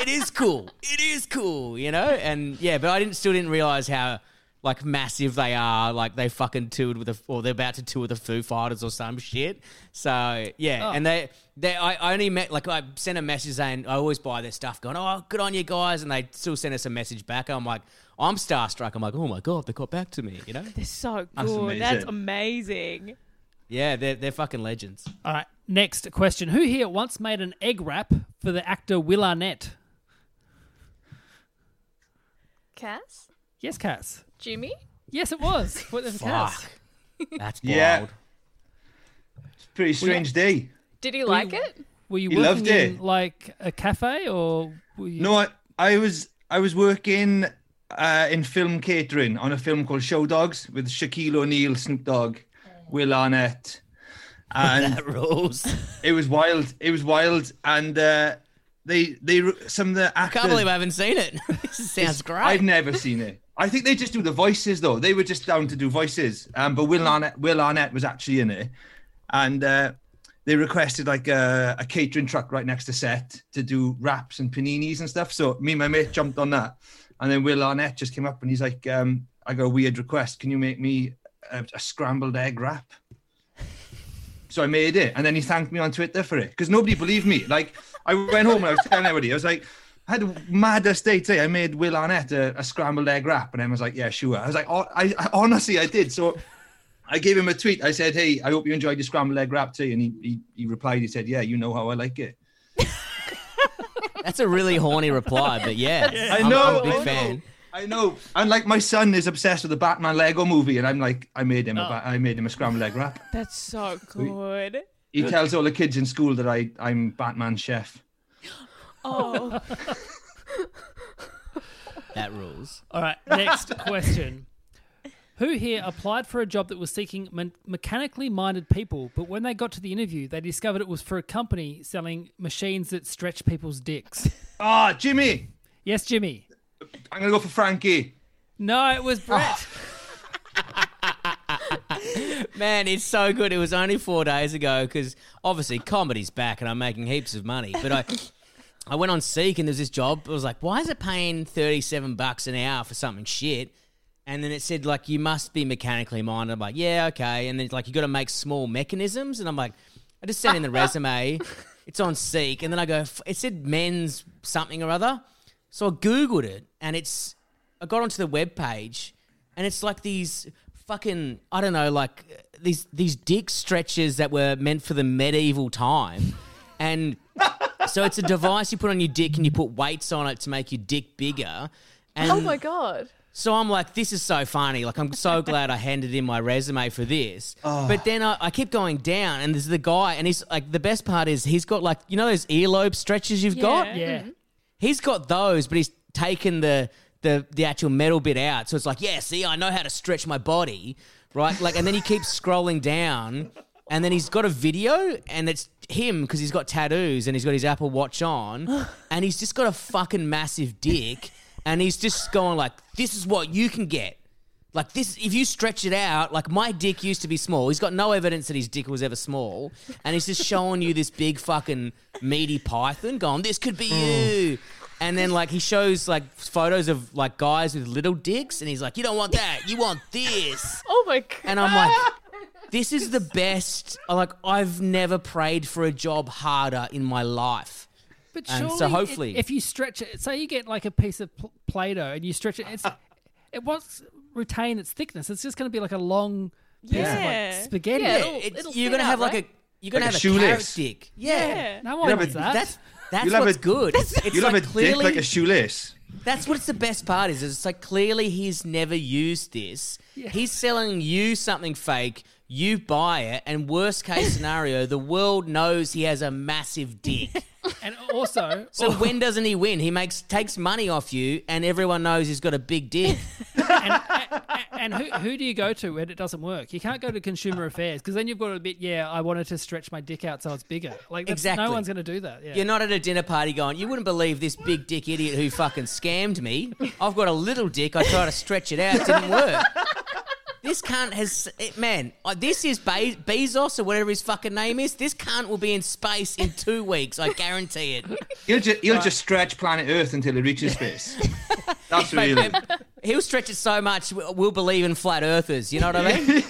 S2: it is cool, it is cool," you know, and yeah, but I didn't still didn't realize how like massive they are, like they fucking toured with the or they're about to tour with the Foo Fighters or some shit. So
S4: Oh.
S2: yeah, and they they I I only met like I sent a message saying I always buy their stuff, going oh good on you guys, and they still sent us a message back. I'm like I'm starstruck. I'm like oh my god, they got back to me, you know?
S5: They're so
S4: That's
S5: good. That's
S4: amazing.
S5: amazing.
S2: Yeah, they're they're fucking legends.
S1: All right, next question. Who here once made an egg wrap for the actor Will Arnett?
S3: Cass?
S1: Yes, Cass.
S3: Jimmy?
S1: Yes, it was. What the Cass?
S2: Fuck, that's wild.
S4: Yeah. It's a pretty strange day.
S3: Did he like
S1: We-
S3: it?
S1: Were you
S4: He
S1: working
S4: loved
S1: in
S4: it.
S1: like a cafe or were you...
S4: No, I, I was I was working uh, in film catering on a film called Show Dogs with Shaquille O'Neal, Snoop Dogg, Will Arnett, and
S2: That rules. I
S4: it was wild. It was wild, and uh, they they some of the actors.
S2: can't believe I haven't seen it. this sounds great.
S4: I've never seen it. I think they just do the voices though. They were just down to do voices. Um, but Will Arnett, Will Arnett was actually in it, and uh, they requested like a, a catering truck right next to set to do wraps and paninis and stuff. So me and my mate jumped on that, and then Will Arnett just came up and he's like, um, "I got a weird request. Can you make me a, a scrambled egg wrap?" So I made it, and then he thanked me on Twitter for it because nobody believed me. Like I went home and I was telling everybody, I was like, I had the maddest day today. eh? I made Will Arnett a, a scrambled egg wrap, and I was like, yeah, sure. I was like, oh, I, I honestly, I did. So I gave him a tweet. I said, hey, I hope you enjoyed your scrambled egg wrap today, and he he, he replied, he said, yeah, you know how I like it.
S2: That's a really horny reply, but yeah,
S4: I
S2: I'm-
S4: know,
S2: I'm a
S4: I
S2: big
S4: know.
S2: fan.
S4: I know, and like my son is obsessed with the Batman Lego movie, and I'm like, I made him a ba- I made him a scrambled egg wrap.
S5: That's so good.
S4: He tells all the kids in school that I I'm Batman chef.
S5: Oh,
S2: That rules.
S1: All right, next question. Who here applied for a job that was seeking me- mechanically minded people, but when they got to the interview, they discovered it was for a company selling machines that stretch people's dicks?
S4: Ah, Jimmy,
S1: yes, Jimmy.
S4: I'm gonna go for Frankie.
S1: No, it was Brett.
S2: Man, it's so good. It was only four days ago because obviously comedy's back and I'm making heaps of money. But I, I went on Seek and there's this job. I was like, why is it paying thirty-seven bucks an hour for something shit? And then it said like you must be mechanically minded. I'm like, yeah, okay. And then it's like you got to make small mechanisms. And I'm like, I just sent in the resume. It's on Seek, and then I go. f- It said men's something or other. So I googled it, and it's. I got onto the web page, and it's like these fucking I don't know, like uh, these these dick stretchers that were meant for the medieval time, and so it's a device you put on your dick and you put weights on it to make your dick bigger. And
S3: Oh my god.
S2: so I'm like, this is so funny. Like, I'm so glad I handed in my resume for this. But then I, I kept going down, and there's the guy, and he's like, the best part is he's got like, you know, those earlobe stretches you've got?
S1: yeah.
S2: He's got those, but he's taken the, the the actual metal bit out. So it's like, yeah, see, I know how to stretch my body, right? Like, and then he keeps scrolling down, and then he's got a video, and it's him because he's got tattoos and he's got his Apple Watch on, and he's just got a fucking massive dick, and he's just going like, this is what you can get. Like this, if you stretch it out, like my dick used to be small. He's got no evidence that his dick was ever small, and he's just showing you this big fucking meaty python. Going, this could be
S3: Mm.
S2: you. And then like he shows like photos of like guys with little dicks, and he's like, you don't want that, you want this.
S3: Oh my god.
S2: And I'm like, this is the best. Like I've never prayed for a job harder in my life.
S1: But
S2: And so
S1: surely i-
S2: hopefully-
S1: if you stretch it, say you get like a piece of pl- Play-Doh and you stretch it, it's, it won't retain its thickness. It's just going to be like a long piece of
S5: Yeah.
S1: like spaghetti.
S3: Yeah, it'll-
S2: it's-
S3: it'll
S2: you're
S3: thin
S2: gonna
S3: out,
S2: have like
S3: right?
S2: a You're gonna
S4: Like a
S2: have a, carrot
S4: shoelace.
S2: dick. Yeah,
S1: No one
S4: Yeah, but
S1: wants that.
S2: that's that's
S4: You'll have
S2: what's
S4: a-
S2: good. It's
S4: You'll
S2: like
S4: have a
S2: clearly
S4: dick like a shoelace.
S2: That's what's the best part is. is It's like clearly he's never used this. He's selling you something fake. You buy it, and worst case scenario, the world knows he has a massive dick.
S1: and also,
S2: So when doesn't he win? He makes takes money off you, and everyone knows he's got a big dick.
S1: and, and who, who do you go to when it doesn't work? You can't go to consumer
S2: Uh,
S1: affairs because then you've got to admit, yeah, I wanted to stretch my dick out so it's bigger. Like that's-
S2: Exactly.
S1: no one's going to do that. Yeah.
S2: You're not at a dinner party going, you wouldn't believe this big dick idiot who fucking scammed me. I've got a little dick. I tried to stretch it out, it didn't work. This cunt has, it, man, uh, this is Be- Bezos or whatever his fucking name is. This cunt will be in space in two weeks. I guarantee it.
S4: He'll just he'll just stretch planet Earth until it reaches space. That's really.
S2: He'll stretch it so much, we- we'll believe in flat earthers. You know what I mean?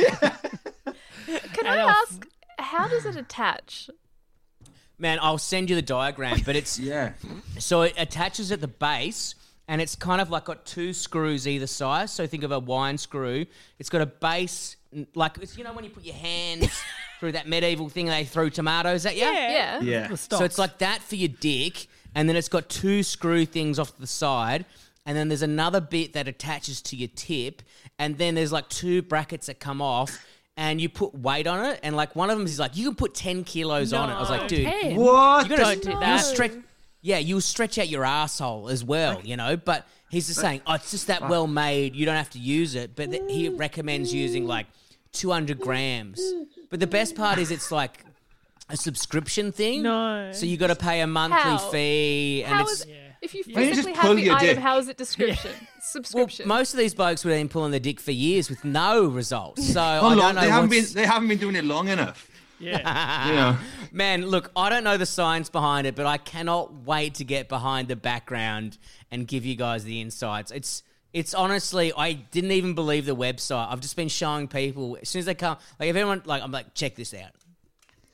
S3: Can I ask, how does it attach?
S2: Man, I'll send you the diagram, but it's
S4: Yeah.
S2: So it attaches at the base, and it's kind of like got two screws either side. So think of a wine screw. It's got a base, n- like it's, you know when you put your hands through that medieval thing they throw tomatoes at you.
S3: Yeah.
S4: Yeah.
S2: So it's like that for your dick, and then it's got two screw things off the side, and then there's another bit that attaches to your tip, and then there's like two brackets that come off. And you put weight on it, and like one of them is like you can put ten kilos on it. I was like, dude,
S4: What?
S2: you gotta,
S1: Don't do
S2: you'll
S1: that.
S2: Stretch, yeah, you'll stretch out your asshole as well, you know. But he's just saying, oh, it's just that well made. You don't have to use it. But th- he recommends using like 200 grams. But the best part is it's like a subscription thing.
S5: No.
S2: So you got to pay a monthly
S3: How?
S2: fee, and
S3: How
S2: it's
S3: is if you
S4: you just
S3: physically
S4: pull
S3: have the
S4: your
S3: item?
S4: dick?
S3: How is it description? Subscription.
S2: most of these blokes would have been pulling their dick for years with no results. So I
S4: Not
S2: don't
S4: long-
S2: know.
S4: Oh, they haven't been
S2: what's-
S4: they haven't been doing it long enough. Yeah.
S2: Man, look, I don't know the science behind it, but I cannot wait to get behind the background and give you guys the insights. It's it's honestly, I didn't even believe the website. I've just been showing people as soon as they come, like if anyone, like I'm like, check this out.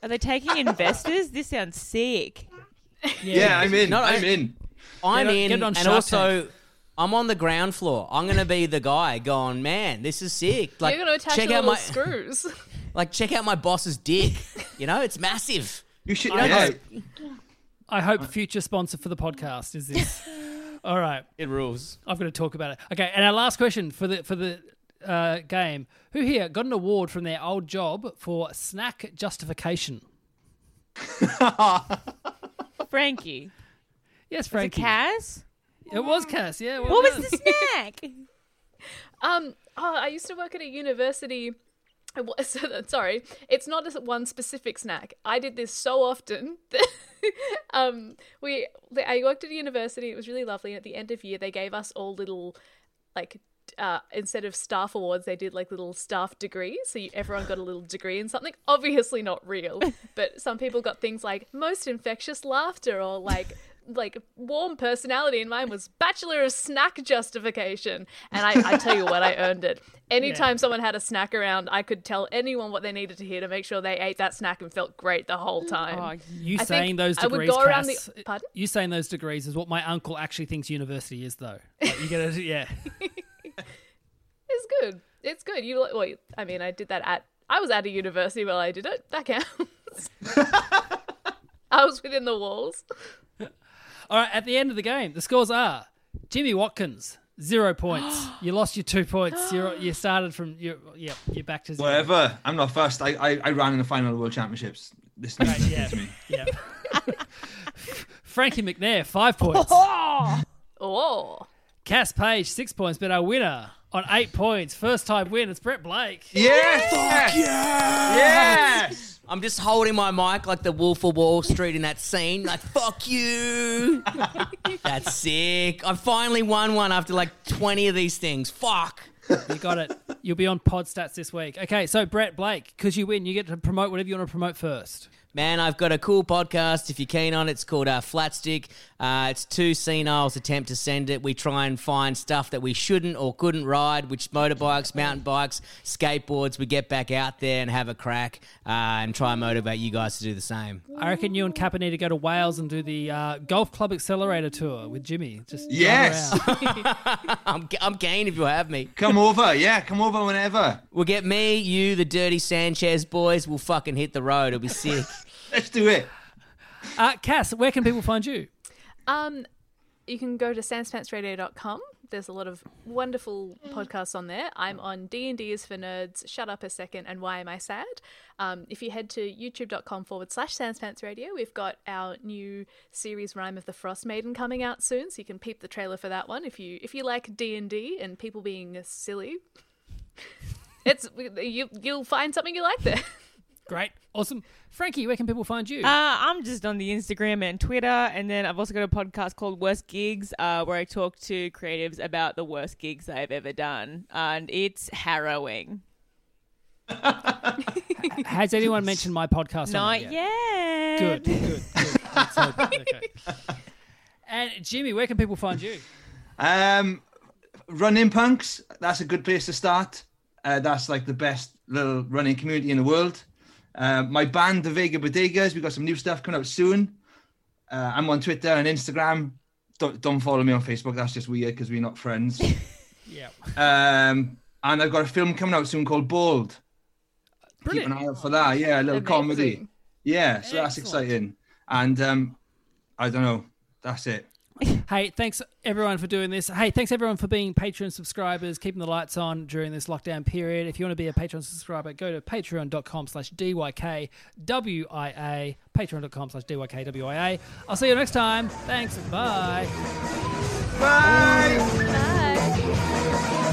S5: Are they taking investors? this sounds sick.
S4: yeah. Yeah, I'm in.
S2: Not-
S4: I'm in.
S2: I'm
S1: on-
S2: in,
S1: get on
S2: and
S1: Shark
S2: also I'm on the ground floor. I'm gonna be the guy going, man, this is sick. Like,
S3: You're gonna attach
S2: check
S3: the
S2: out
S3: little
S2: my
S3: screws.
S2: like check out my boss's dick. you know, it's massive.
S4: You should.
S2: I
S4: yeah.
S2: know.
S1: I hope future sponsor for the podcast is this. All right,
S2: It rules.
S1: I've got to talk about it. Okay, and our last question for the for the uh, game: Who here got an award from their old job for snack justification?
S5: Frankie.
S1: Yes,
S5: The
S1: Frankie.
S5: Kaz?
S1: It was Cass. Yeah. it
S5: What was the snack?
S3: Um, oh, I used to work at a university. I wa- so that- Sorry, it's not just one specific snack. I did this so often. that- um, we I worked at a university. It was really lovely. And at the end of year, they gave us all little, like, uh, instead of staff awards, they did like little staff degrees. So you, everyone got a little degree in something. Obviously not real, but some people got things like most infectious laughter or like like warm personality and mine was bachelor of snack justification and i, I tell you what i earned it anytime someone had a snack around i could tell anyone what they needed to hear to make sure they ate that snack and felt great the whole time
S1: You
S3: I think
S1: saying those
S3: I would
S1: degrees,
S3: go around
S1: Cass,
S3: the- pardon?
S1: You saying those degrees is what my uncle actually thinks university is, though. Like, you gotta, yeah.
S3: it's good it's good you like well i mean i did that at i was at a university while i did it that counts i was within the walls
S1: All right, at the end of the game, the scores are Jimmy Watkins zero points. you lost your two points. You're, you started from you. Yep, you're back to zero.
S4: Whatever. I'm not first. I, I I ran in the final of World Championships. This right,
S1: yeah.
S4: to me.
S1: Yep. Frankie McNair five points.
S3: oh
S1: Cass Page six points, but our winner on eight points, first time win. It's Brett Blake.
S4: Yes. Yes.
S2: I'm just holding my mic like the Wolf of Wall Street in that scene, like "fuck you." That's sick. I finally won one after like 20 of these things. Fuck.
S1: You got it. You'll be on Pod Stats this week. Okay, so Brett Blake, because you win, you get to promote whatever you want to promote first.
S2: Man, I've got a cool podcast. If you're keen on it, it's called uh, Flatstick. Uh, it's two seniles attempt to send it. We try and find stuff that we shouldn't or couldn't ride, which motorbikes, mountain bikes, skateboards. We get back out there and have a crack uh, and try and motivate you guys to do the same.
S1: I reckon you and Kappa need to go to Wales and do the uh, golf club accelerator tour with Jimmy. Just drive
S4: Yes.
S1: around.
S2: I'm, I'm keen if you'll have me.
S4: Come over. Yeah. Come over whenever.
S2: We'll get me, you, the dirty Sanchez boys. We'll fucking hit the road. It'll be sick.
S4: Let's do it.
S1: Uh, Cass, where can people find you?
S3: Um, you can go to sanspantsradio.com. There's a lot of wonderful podcasts on there. I'm on D&D is for Nerds, Shut Up a Second, and Why Am I Sad? Um, if you head to youtube.com forward slash sanspantsradio, we've got our new series Rhyme of the Frost Maiden coming out soon, so you can peep the trailer for that one if you if you like D&D and people being silly. It's you, you'll find something you like there.
S1: Great. Awesome. Frankie, where can people find you?
S5: Uh, I'm just on the Instagram and Twitter, and then I've also got a podcast called Worst Gigs, uh, where I talk to creatives about the worst gigs I've ever done, and it's harrowing.
S1: Has anyone mentioned my podcast? on
S5: Not
S1: it
S5: yet.
S1: Good, good, good. Let's hope. Okay. And Jimmy, where can people find you?
S4: Um, running punks. That's a good place to start. Uh, that's like the best little running community in the world. Uh, my band, the Vega Bodegas, we got some new stuff coming up soon. Uh, I'm on Twitter and Instagram. Don't, don't follow me on Facebook. That's just weird because we're not friends.
S1: Yeah.
S4: um, and I've got a film coming out soon called Bald. Keep an eye out for that. Yeah, a little comedy.
S3: Amazing.
S4: Yeah, so that's
S1: Excellent.
S4: exciting. And um, I don't know. That's it.
S1: Hey, thanks everyone for doing this. Hey, thanks everyone for being Patreon subscribers, keeping the lights on during this lockdown period. If you want to be a Patreon subscriber, go to patreon.com slash DYKWIA, patreon.com slash DYKWIA. I'll see you next time. Thanks. Bye.
S3: Bye.